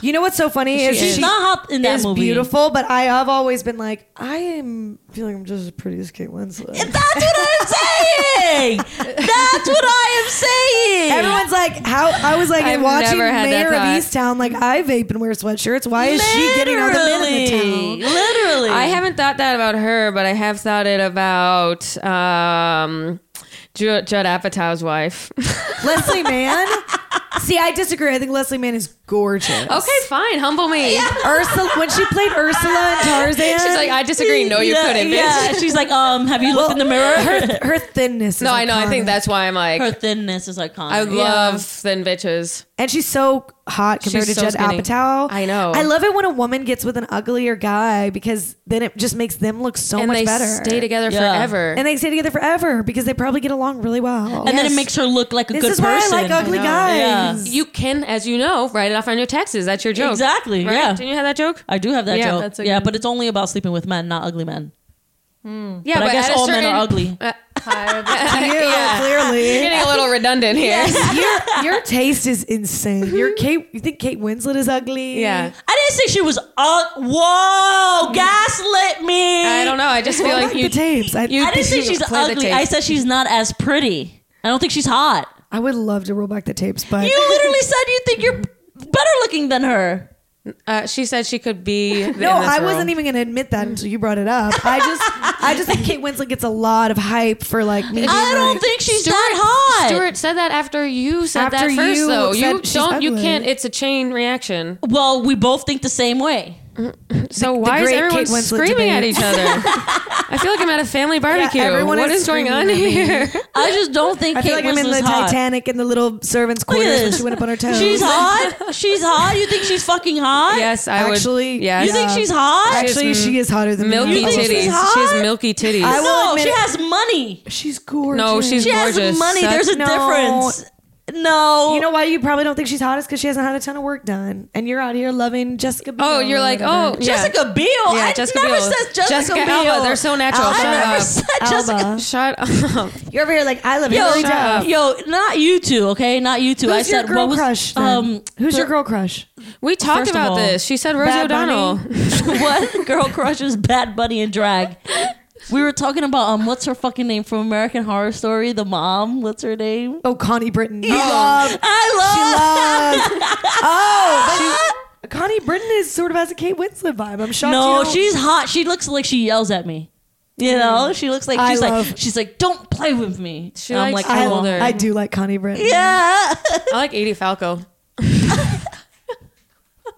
S4: you know what's so funny is,
S2: She's
S4: she
S2: not hot in that
S4: is
S2: movie.
S4: beautiful, but I have always been like, I am feeling I'm just as pretty as Kate Winslet.
S2: That's what I'm saying. That's what I am saying.
S4: Everyone's like, how I was like
S1: I've
S4: watching
S1: never had that
S4: Mayor of
S1: thought.
S4: Easttown, like I vape and wear sweatshirts. Why is she getting all the men in the town?
S2: Literally.
S1: I haven't thought that about her, but I have thought it about um, Ju- Judd Apatow's wife.
S4: Leslie Mann. See, I disagree. I think Leslie Mann is gorgeous.
S1: okay, fine, humble me.
S4: Ursula, when she played Ursula in Tarzan,
S1: She's like, I disagree. No, you
S2: yeah,
S1: couldn't. Bitch.
S2: Yeah. She's like, um, have you looked in the mirror? Her,
S4: her thinness. Is
S1: No, I know. I
S4: iconic.
S1: think that's why I'm like,
S2: her thinness is iconic.
S1: I love thin bitches.
S4: And she's so hot compared
S1: She's
S4: to
S1: so
S4: Judd
S1: skinny.
S4: Apatow.
S1: I know.
S4: I love it when a woman gets with an uglier guy because then it just makes them look so
S1: and
S4: much
S1: they
S4: better.
S1: stay together
S2: Yeah.
S1: forever.
S4: And they stay together forever because they probably get along really well.
S2: and then it makes her look like a
S4: this
S2: good
S4: is
S2: person.
S4: why I like ugly guys.
S1: you can, as you know, write it off on your taxes. That's your joke.
S2: Exactly,
S1: Right?
S2: yeah.
S1: Didn't you have that joke?
S2: I do have that
S1: Yeah,
S2: joke.
S3: that's a
S2: yeah,
S3: good-
S2: but it's only about sleeping with men, not ugly men.
S1: Yeah,
S2: But I guess
S1: at a
S2: all men
S1: certain-
S2: are ugly.
S1: Uh,
S3: Tired.
S4: You,
S1: yeah.
S4: clearly.
S1: Getting a little redundant here.
S4: your, your taste is insane. Your Kate, you think Kate Winslet is ugly?
S1: Mm-hmm. Yeah.
S2: I didn't say she was. Uh, whoa, gaslit me.
S1: I don't know. I just feel
S4: Mm. I
S1: like
S4: like
S1: you.
S4: the tapes. I,
S1: you-
S2: I didn't say she's
S1: Play the
S2: ugly.
S1: tape.
S2: I said she's not as pretty. I don't think she's hot.
S4: I would love to roll back the tapes, but
S2: You literally said you think you're better looking than her.
S1: Uh, she said she could be.
S4: no, I wasn't even going to admit that until you brought it up. I just, I just think Kate Winslet gets a lot of hype for like me. being
S2: I don't
S4: like-
S2: think she's that hot.
S1: Stuart said that after you said
S4: After
S1: that first,
S4: you
S1: though. You
S4: said she's
S1: don't. You
S4: ugly.
S1: can't. It's a chain reaction.
S2: Well, we both think the same way.
S1: So why is
S4: great
S1: everyone
S4: Kate Winslet
S1: screaming at
S4: debate.
S1: each other? I feel like I'm at a family barbecue.
S4: everyone
S1: what
S4: is
S1: is going on
S4: screaming at me.
S1: here?
S2: I just don't think
S4: I
S2: Kate
S4: feel like I'm in
S2: Winslet's
S4: the
S2: hot.
S4: Titanic in the little servants'
S2: Look at
S4: quarters when
S2: this.
S4: she went up on her toes.
S2: She's hot. She's hot. You think she's fucking hot?
S1: yes, I would.
S4: Actually,
S1: yes.
S2: You think
S4: Yeah.
S2: she's hot?
S4: Actually,
S1: She's
S4: she is hotter than
S1: milky
S4: me. Oh,
S2: You think
S1: titties?
S2: she's
S1: She
S2: hot?
S1: has milky titties.
S4: I will
S2: No,
S4: admit
S2: she
S4: it.
S2: has money.
S4: She's gorgeous.
S1: No, she's
S2: She has
S1: gorgeous.
S2: money.
S1: Suck-
S2: There's a
S4: No.
S2: difference. No.
S4: You know why you probably don't think she's hot is because she hasn't had a ton of work done, and you're out here loving Jessica. Biel
S1: Oh, you're
S4: or
S1: like, oh,
S4: whatever.
S1: yeah.
S2: Jessica Biel.
S1: Yeah,
S2: I
S1: Jessica
S2: never
S1: Biel.
S2: said Jessica,
S1: Jessica
S2: Biel.
S1: Alba. They're so natural.
S2: I
S1: Shut
S2: never
S1: up.
S2: said Jessica.
S4: Alba.
S1: Shut up.
S4: You're over here like I love
S2: Yo,
S4: Hillary
S1: shut up.
S4: Duff.
S2: yo, not you two, okay? Not you two.
S4: Who's
S2: I said
S4: your girl
S2: what was
S4: crush? then?
S2: um
S4: Who's
S2: the-
S4: your girl crush?
S1: We talked
S2: First of
S1: about
S2: all,
S1: this. She said Rosie
S4: Bad
S1: O'Donnell.
S2: what girl crushes Bad Bunny and drag. We were talking about um, what's her fucking name from American Horror Story? The mom, what's her name?
S4: Oh, Connie Britton. You love.
S2: I love.
S4: She loves. oh, but Connie Britton is sort of has a Kate Winslet vibe. I'm shocked.
S2: no,
S4: you don't-
S2: she's hot. She looks like she yells at me. You know, she looks like
S4: I
S2: she's
S4: love-
S2: like she's like don't play with me.
S1: She
S2: And I'm
S1: likes
S2: like
S1: to
S2: "Oh."
S1: hold her.
S4: I, I do like Connie Britton.
S2: yeah.
S1: I like Edie Falco.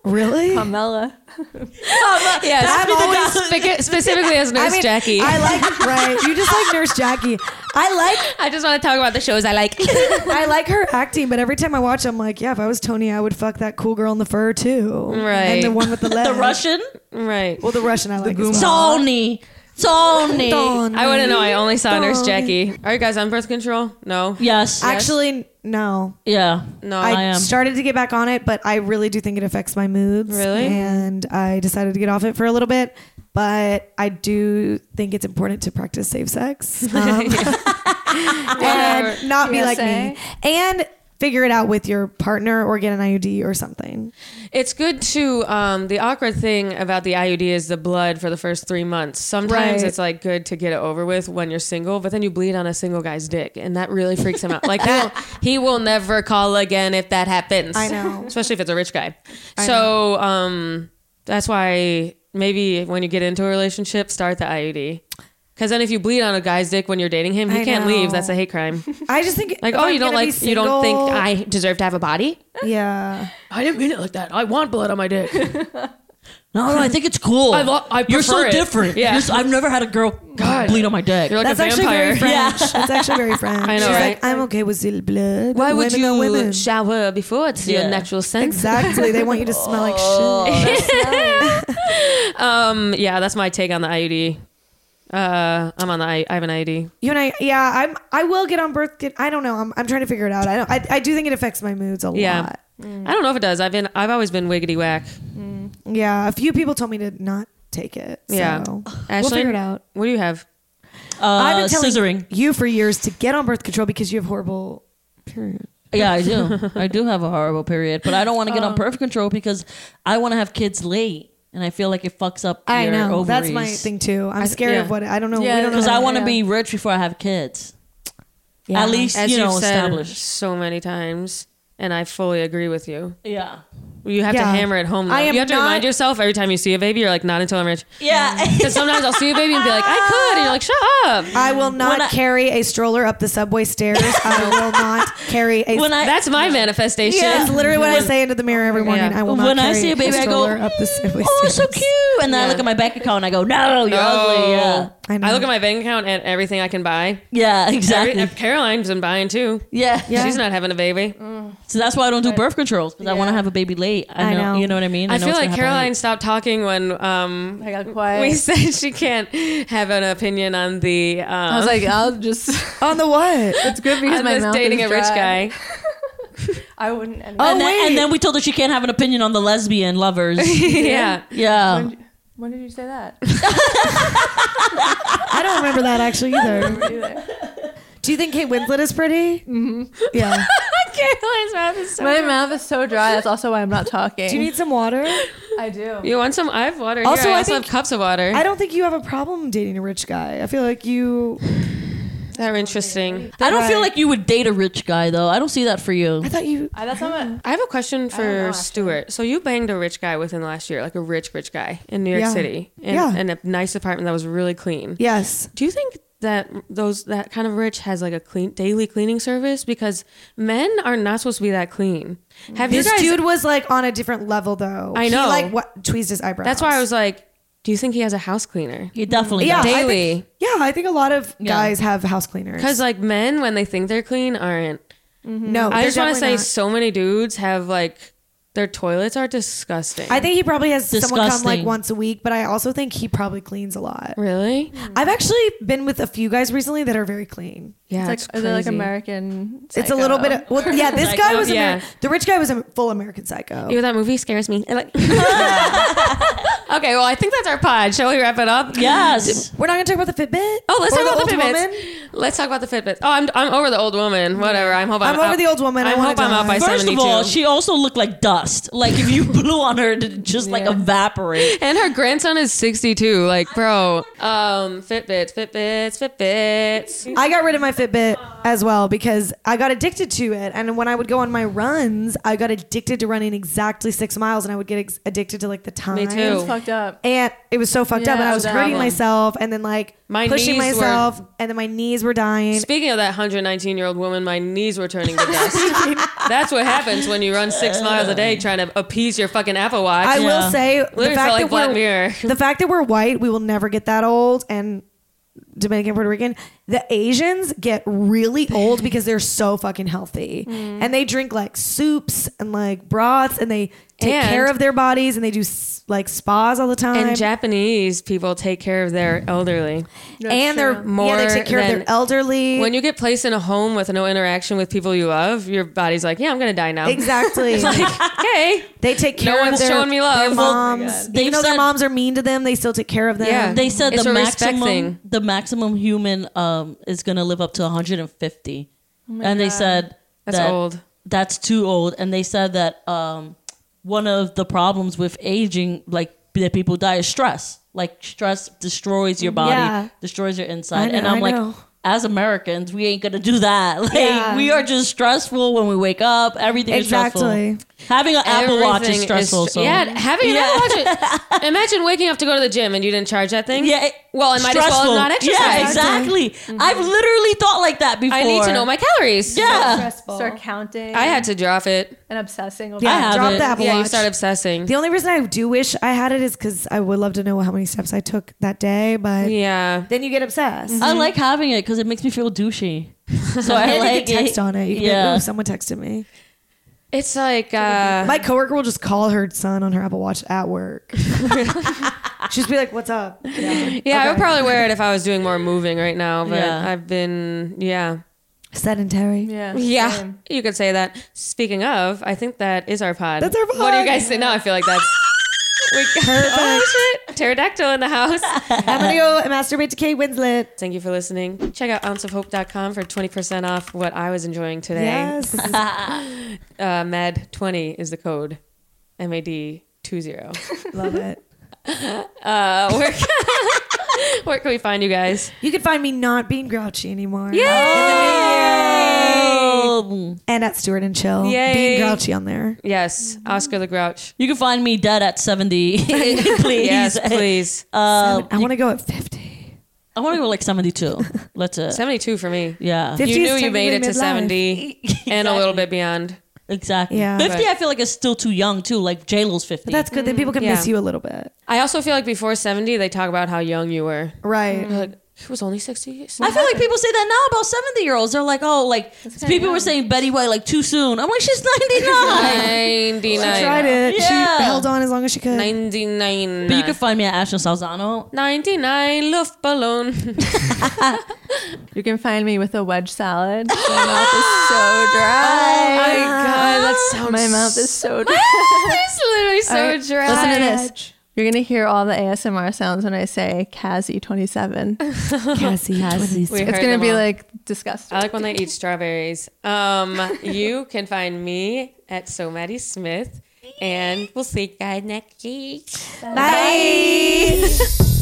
S4: Really?
S2: uh,
S3: Mella.
S1: Yes,
S4: I'm always
S1: Spica- specifically as Nurse
S4: I mean,
S1: Jackie.
S4: I
S1: I,
S4: like right. You just like Nurse Jackie. I like
S1: just want to talk about the shows I like.
S4: I like her acting, but every time I watch, I'm like, yeah, if I was Tony, I would fuck that cool girl in the fur too,
S1: Right.
S4: And the one with the leg,
S2: The Russian
S1: right.
S4: Well, the Russian I like. as well.
S2: Tony. Tony.
S4: Tony.
S1: I wouldn't know. I only saw Nurse
S4: Tony.
S1: Jackie. Are you guys on birth control? No.
S2: Yes.
S4: Actually, no.
S2: yeah.
S1: No.
S4: I,
S2: I am.
S4: started to get back on it, but I really do think it affects my moods.
S1: Really?
S4: And I decided to get off it for a little bit, but I do think it's important to practice safe sex. Um, and not be like me. And figure it out with your partner or get an IUD or something.
S1: It's good to um, the awkward thing about the IUD is the blood for the first three months. Sometimes
S4: Right.
S1: it's like good to get it over with when you're single, but then you bleed on a single guy's dick, and that really freaks him out. Like that, he will never call again if that happens.
S4: I know.
S1: especially if it's a rich guy. so um, that's why maybe when you get into a relationship, start the IUD. Because then if you bleed on a guy's dick when you're dating him, he
S4: I
S1: can't
S4: know.
S1: leave. That's a hate crime.
S4: I just think
S1: Like,
S4: if
S1: oh,
S4: I'm
S1: you don't
S4: gonna be
S1: like, you don't think
S4: single-
S1: I deserve to have a body?
S4: Yeah.
S1: I didn't mean it like that. I want blood on my dick.
S2: No, no, I think it's cool.
S1: I lo- I
S2: You're so
S1: prefer it.
S2: different.
S1: Yeah.
S2: You're so- I've never had a girl
S1: God.
S2: bleed on my dick.
S1: You're like
S4: That's
S1: a
S4: actually
S1: vampire.
S4: very French. That's actually very French.
S1: I know,
S4: She's
S1: right?
S4: like, I'm okay with the blood.
S1: Why would
S4: Women are
S1: you
S4: women.
S1: shower before? It's
S2: Yeah.
S1: your natural sense.
S4: Exactly. They want you to smell like shit.
S1: Um, yeah, that's my take on the IUD. Uh, I'm on the I, I have an IUD.
S4: You and I, yeah, I'm. I will get on birth. Get, I don't know. I'm, I'm trying to figure it out. I don't. I, I do think it affects my moods a
S1: Yeah.
S4: lot.
S1: I don't know if it does. I've been I've always been wiggity whack.
S4: Yeah. A few people told me to not take it.
S1: Yeah.
S4: So.
S1: Ashley,
S4: We'll figure it out.
S1: What do you have?
S2: Uh,
S4: I've been telling
S2: scissoring.
S4: you for years to get on birth control because you have horrible periods.
S2: Yeah, I do. I do have a horrible period, but I don't want to get on birth control because I want to have kids late, and I feel like it fucks up.
S4: I
S2: your
S4: know.
S2: Ovaries.
S4: That's my thing too. I'm scared
S1: yeah.
S4: of what I don't know.
S3: Yeah,
S4: we don't know
S2: because I
S4: what-
S2: want to
S3: Yeah.
S2: be rich before I have kids. At least
S1: As
S2: you know
S1: have said
S2: established.
S1: so many times, and I fully agree with you.
S2: Yeah.
S1: You have to
S4: Yeah.
S1: hammer it home. Though.
S4: I am
S1: you have to
S4: not-
S1: remind yourself every time you see a baby, you're like, not until I'm rich.
S2: Yeah.
S1: Because sometimes I'll see a baby and be like, I could. And you're like, shut up.
S4: I will not
S2: I-
S4: carry a stroller up the subway stairs. I will not carry a.
S2: when I
S1: That's my manifestation.
S4: yeah, it's literally what I say into the mirror every morning. I will not
S2: when I
S4: carry
S2: see a baby, I go,
S4: stroller up the subway
S2: oh, so
S4: stairs."
S2: cute, and then I look at my bank account and I go, no, you're ugly. Yeah.
S4: I know.
S1: I look at my bank account and everything I can buy.
S2: Yeah.
S1: Every,
S2: Exactly.
S1: Caroline's been buying too.
S2: yeah.
S1: She's not having a baby.
S2: So that's why I don't do birth controls because I want to have a baby late. I
S4: I
S2: know,
S4: know.
S2: You know what I mean?
S1: I
S2: know
S1: feel
S2: it's
S1: like
S2: gonna happen
S1: Caroline
S2: late.
S1: stopped talking when um,
S3: I got quiet.
S1: we said she can't have an opinion on the. Um,
S3: I was like, I'll just.
S4: on the what?
S3: It's good because
S1: on
S3: my
S1: this
S3: mouth
S1: dating
S3: is
S1: a rich
S3: dry.
S1: guy.
S3: I wouldn't. End
S4: Oh,
S2: And, then,
S4: wait.
S2: and then we told her she can't have an opinion on the lesbian lovers.
S1: yeah.
S2: yeah.
S1: Oh.
S3: When, when did you say that?
S4: I don't remember that actually either. Do you think Kate Winslet is pretty? Mm-hmm. Yeah.
S1: Caroline's mouth is so.
S3: my mouth is so dry. That's also why I'm not talking.
S4: Do you need some water?
S3: I do.
S1: You want some? I have water.
S4: Also,
S1: Here, I
S4: I
S1: also
S4: think-
S1: have cups of water.
S4: I don't think you have a problem dating a rich guy. I feel like you.
S1: They're interesting.
S2: I don't feel
S4: Right.
S2: like you would date a rich guy though. I don't see that for you.
S4: I thought you.
S3: I, that's how much.
S1: I have a question
S3: know,
S1: for
S3: actually.
S1: Stuart. So you banged a rich guy within the last year, like a rich, rich guy in New York
S4: Yeah.
S1: City, in,
S4: Yeah.
S1: in a nice apartment that was really clean.
S4: Yes.
S1: Do you think that those that kind of rich has like a clean daily cleaning service because men are not supposed to be that clean? Have
S4: This
S1: you guys?
S4: dude was like on a different level though.
S1: I
S4: He,
S1: know.
S4: like what tweezed his eyebrows.
S1: that's why I was like, do you think he has a house cleaner?
S2: You definitely.
S4: Yeah.
S2: don't.
S4: I
S1: Daily.
S4: think- yeah, I think a lot of guys have house cleaners.
S1: Because like men, when they think they're clean, aren't.
S4: no,
S1: I
S4: they're
S1: just want to say,
S4: definitely
S1: so many dudes have like their toilets are disgusting.
S4: not. I think he probably has someone come
S2: Disgusting.
S4: like once a week, but I also think he probably cleans a lot.
S1: really,
S4: I've actually been with a few guys recently that are very clean.
S1: yeah,
S3: It's like, is it like American?
S4: It's a little bit
S3: Psycho?
S4: of well, yeah. This guy
S2: Psycho.
S4: was Amer-
S1: Yeah.
S4: the rich guy was a full American psycho.
S1: Ew, that movie scares me. I like- okay, well, I think that's our pod. Shall we wrap it up?
S2: Yes.
S4: We're not gonna talk about the Fitbit.
S1: Oh, let's
S4: Or
S1: talk about the
S4: old
S1: Fitbits.
S4: woman?
S1: Let's talk about the Fitbits. Oh, I'm, I'm over the old woman. Whatever. I'm hoping
S4: I'm over
S1: out-
S4: the old woman. I
S1: I
S4: wanna
S1: hope I'm out by
S4: die.
S2: First
S1: 72.
S2: of all, she also looked like dust. Like if you blew on her, it'd just like evaporate.
S1: and her grandson is 62. Like, bro. Um, Fitbits, Fitbits, Fitbits.
S4: I got rid of my Fitbit as well because I got addicted to it. And when I would go on my runs, I got addicted to running exactly six miles, and I would get ex- addicted to like the time.
S1: Me too.
S3: It's fucked up.
S4: And it was so fucked up, and
S3: Yeah,
S4: I was
S3: that
S4: hurting
S1: problem.
S4: myself, and then like
S1: My
S4: pushing
S1: knees were-
S4: myself, and then my knees were dying.
S1: Speaking of that 119 year old woman, my knees were turning to dust. That's what happens when you run six miles a day trying to appease your fucking Apple Watch.
S4: I will
S2: Yeah.
S4: say the
S1: Literally felt
S4: fact
S1: like
S4: that
S1: Black
S4: we're
S1: Mirror.
S4: the fact that we're white, we will never get that old, and Dominican, Puerto Rican, the Asians get really old because they're so fucking healthy,
S1: Mm.
S4: and they drink like soups and like broths, and they take
S1: And-
S4: care of their bodies, and they do s- like spas all the time,
S1: and Japanese people take care of their elderly.
S4: and they're more yeah,
S1: More
S4: they take care of
S1: than-
S4: their elderly.
S1: When you get placed in a home with no interaction with people you love, your body's like, yeah, I'm going to die now.
S4: exactly,
S1: Okay.
S4: they take
S1: No
S4: care of
S1: one's
S4: their,
S1: showing me
S4: their
S1: love. Oh my
S4: moms,
S2: God.
S4: even though
S2: They've
S4: their
S2: said-
S4: moms are mean to them, they still take care of them.
S1: Yeah.
S2: They said
S1: It's
S2: the
S1: a respect
S2: maximum
S1: thing.
S2: the maximum human um, is going to live up to 150, and they said
S1: That's
S2: that
S1: old.
S2: That's too old, and they said that um, one of the problems with aging, like that people die, is stress. Like stress destroys your body,
S4: Yeah.
S2: destroys your inside,
S4: I know,
S2: and I'm
S4: I
S2: like.
S4: know.
S2: As Americans, we ain't gonna do that. Like
S4: Yeah.
S2: we are just stressful when we wake up. Everything
S4: Exactly.
S2: is stressful. Having an Apple Watch
S1: Everything
S2: is stressful. so
S1: Yeah, having an Apple Watch. Imagine waking up to go to the gym and you didn't charge that thing.
S2: Yeah. it-
S1: Well, I might as well not exercise. Mm-hmm.
S2: Yeah, exactly. I've literally thought like that before.
S1: I need to know my calories.
S2: Yeah.
S3: Stressful. uh, Start counting.
S1: I had to drop it.
S3: and obsessing over.
S2: I have
S4: drop
S2: it.
S4: the Apple
S1: yeah, you
S4: Watch.
S1: start obsessing.
S4: The only reason I do wish I had it is because I would love to know how many steps I took that day, but
S1: yeah. Mm-hmm.
S4: then you get obsessed.
S2: I like having it because it makes me feel douchey. So I
S4: And you
S2: like
S4: can text
S2: it.
S4: on it. You can be like,
S2: Yeah.
S4: "Ooh, someone texted me.
S1: It's like, uh,
S4: My coworker will just call her son on her Apple Watch at work. She'll just be like, "What's up?"
S1: yeah, I would probably wear it if I was doing more moving right now, but
S2: Yeah.
S1: I've been, yeah.
S4: Sedentary.
S3: Yeah.
S1: Yeah,
S3: same.
S1: you could say that. Speaking of, I think that is our pod.
S4: That's our
S1: What do you
S4: pod.
S1: guys say? Now I feel like that's. We oh, shit. Pterodactyl in the house.
S4: I'm gonna go masturbate to Kate Winslet.
S1: Thank you for listening. Check out ounceofhope.com for 20% off what I was enjoying today.
S4: Yes.
S1: Uh, MAD20 is the code. MAD20.
S4: Love it.
S1: Uh, where, where can we find you guys?
S4: You can find me not being grouchy anymore.
S1: Oh.
S2: Um,
S4: And at Stuart and Chill.
S1: Yay.
S4: Being grouchy on there.
S1: Yes, Oscar the Grouch.
S2: you can find me dead at 70. please.
S1: Yes, please.
S2: Uh,
S1: Oh,
S4: I want to go at 50.
S2: I want to go like 72. Let's uh,
S1: 72 for me.
S2: yeah.
S4: 50
S1: You
S4: is
S1: knew you made it to
S4: technically midlife.
S2: E-
S1: 70 and a little bit beyond.
S2: Exactly.
S4: Yeah.
S2: 50
S1: Right.
S2: I feel like is still too young too. Like J-Lo's 50.
S4: But that's good. Then people can
S1: yeah.
S4: miss you a little bit.
S1: I also feel like before 70, they talk about how young you were.
S4: Right.
S1: Like, it was only 60.
S2: I feel like people say that now about 70 year olds. They're like, oh, like people were saying Betty White like too soon. I'm like, she's 99.
S1: 99.
S4: She tried it.
S2: Yeah.
S4: She held on as long as she could.
S1: 99.
S2: but you can find me at Ashton Salzano.
S1: 99 Luftballon.
S3: You can find me with a wedge salad. My mouth is so dry.
S1: my God, that sounds
S3: Oh My mouth is so dry.
S1: It's literally so
S3: Alright,
S1: dry.
S3: Listen to this. You're gonna hear all the ASMR sounds when I say Cassie 27. E It's
S4: Cassie.
S1: We heard
S3: gonna
S1: them
S3: be
S1: all.
S3: like disgusting.
S1: I like when they eat strawberries. Um, you can find me at So Maddie Smith, and we'll see you guys next week.
S4: Bye.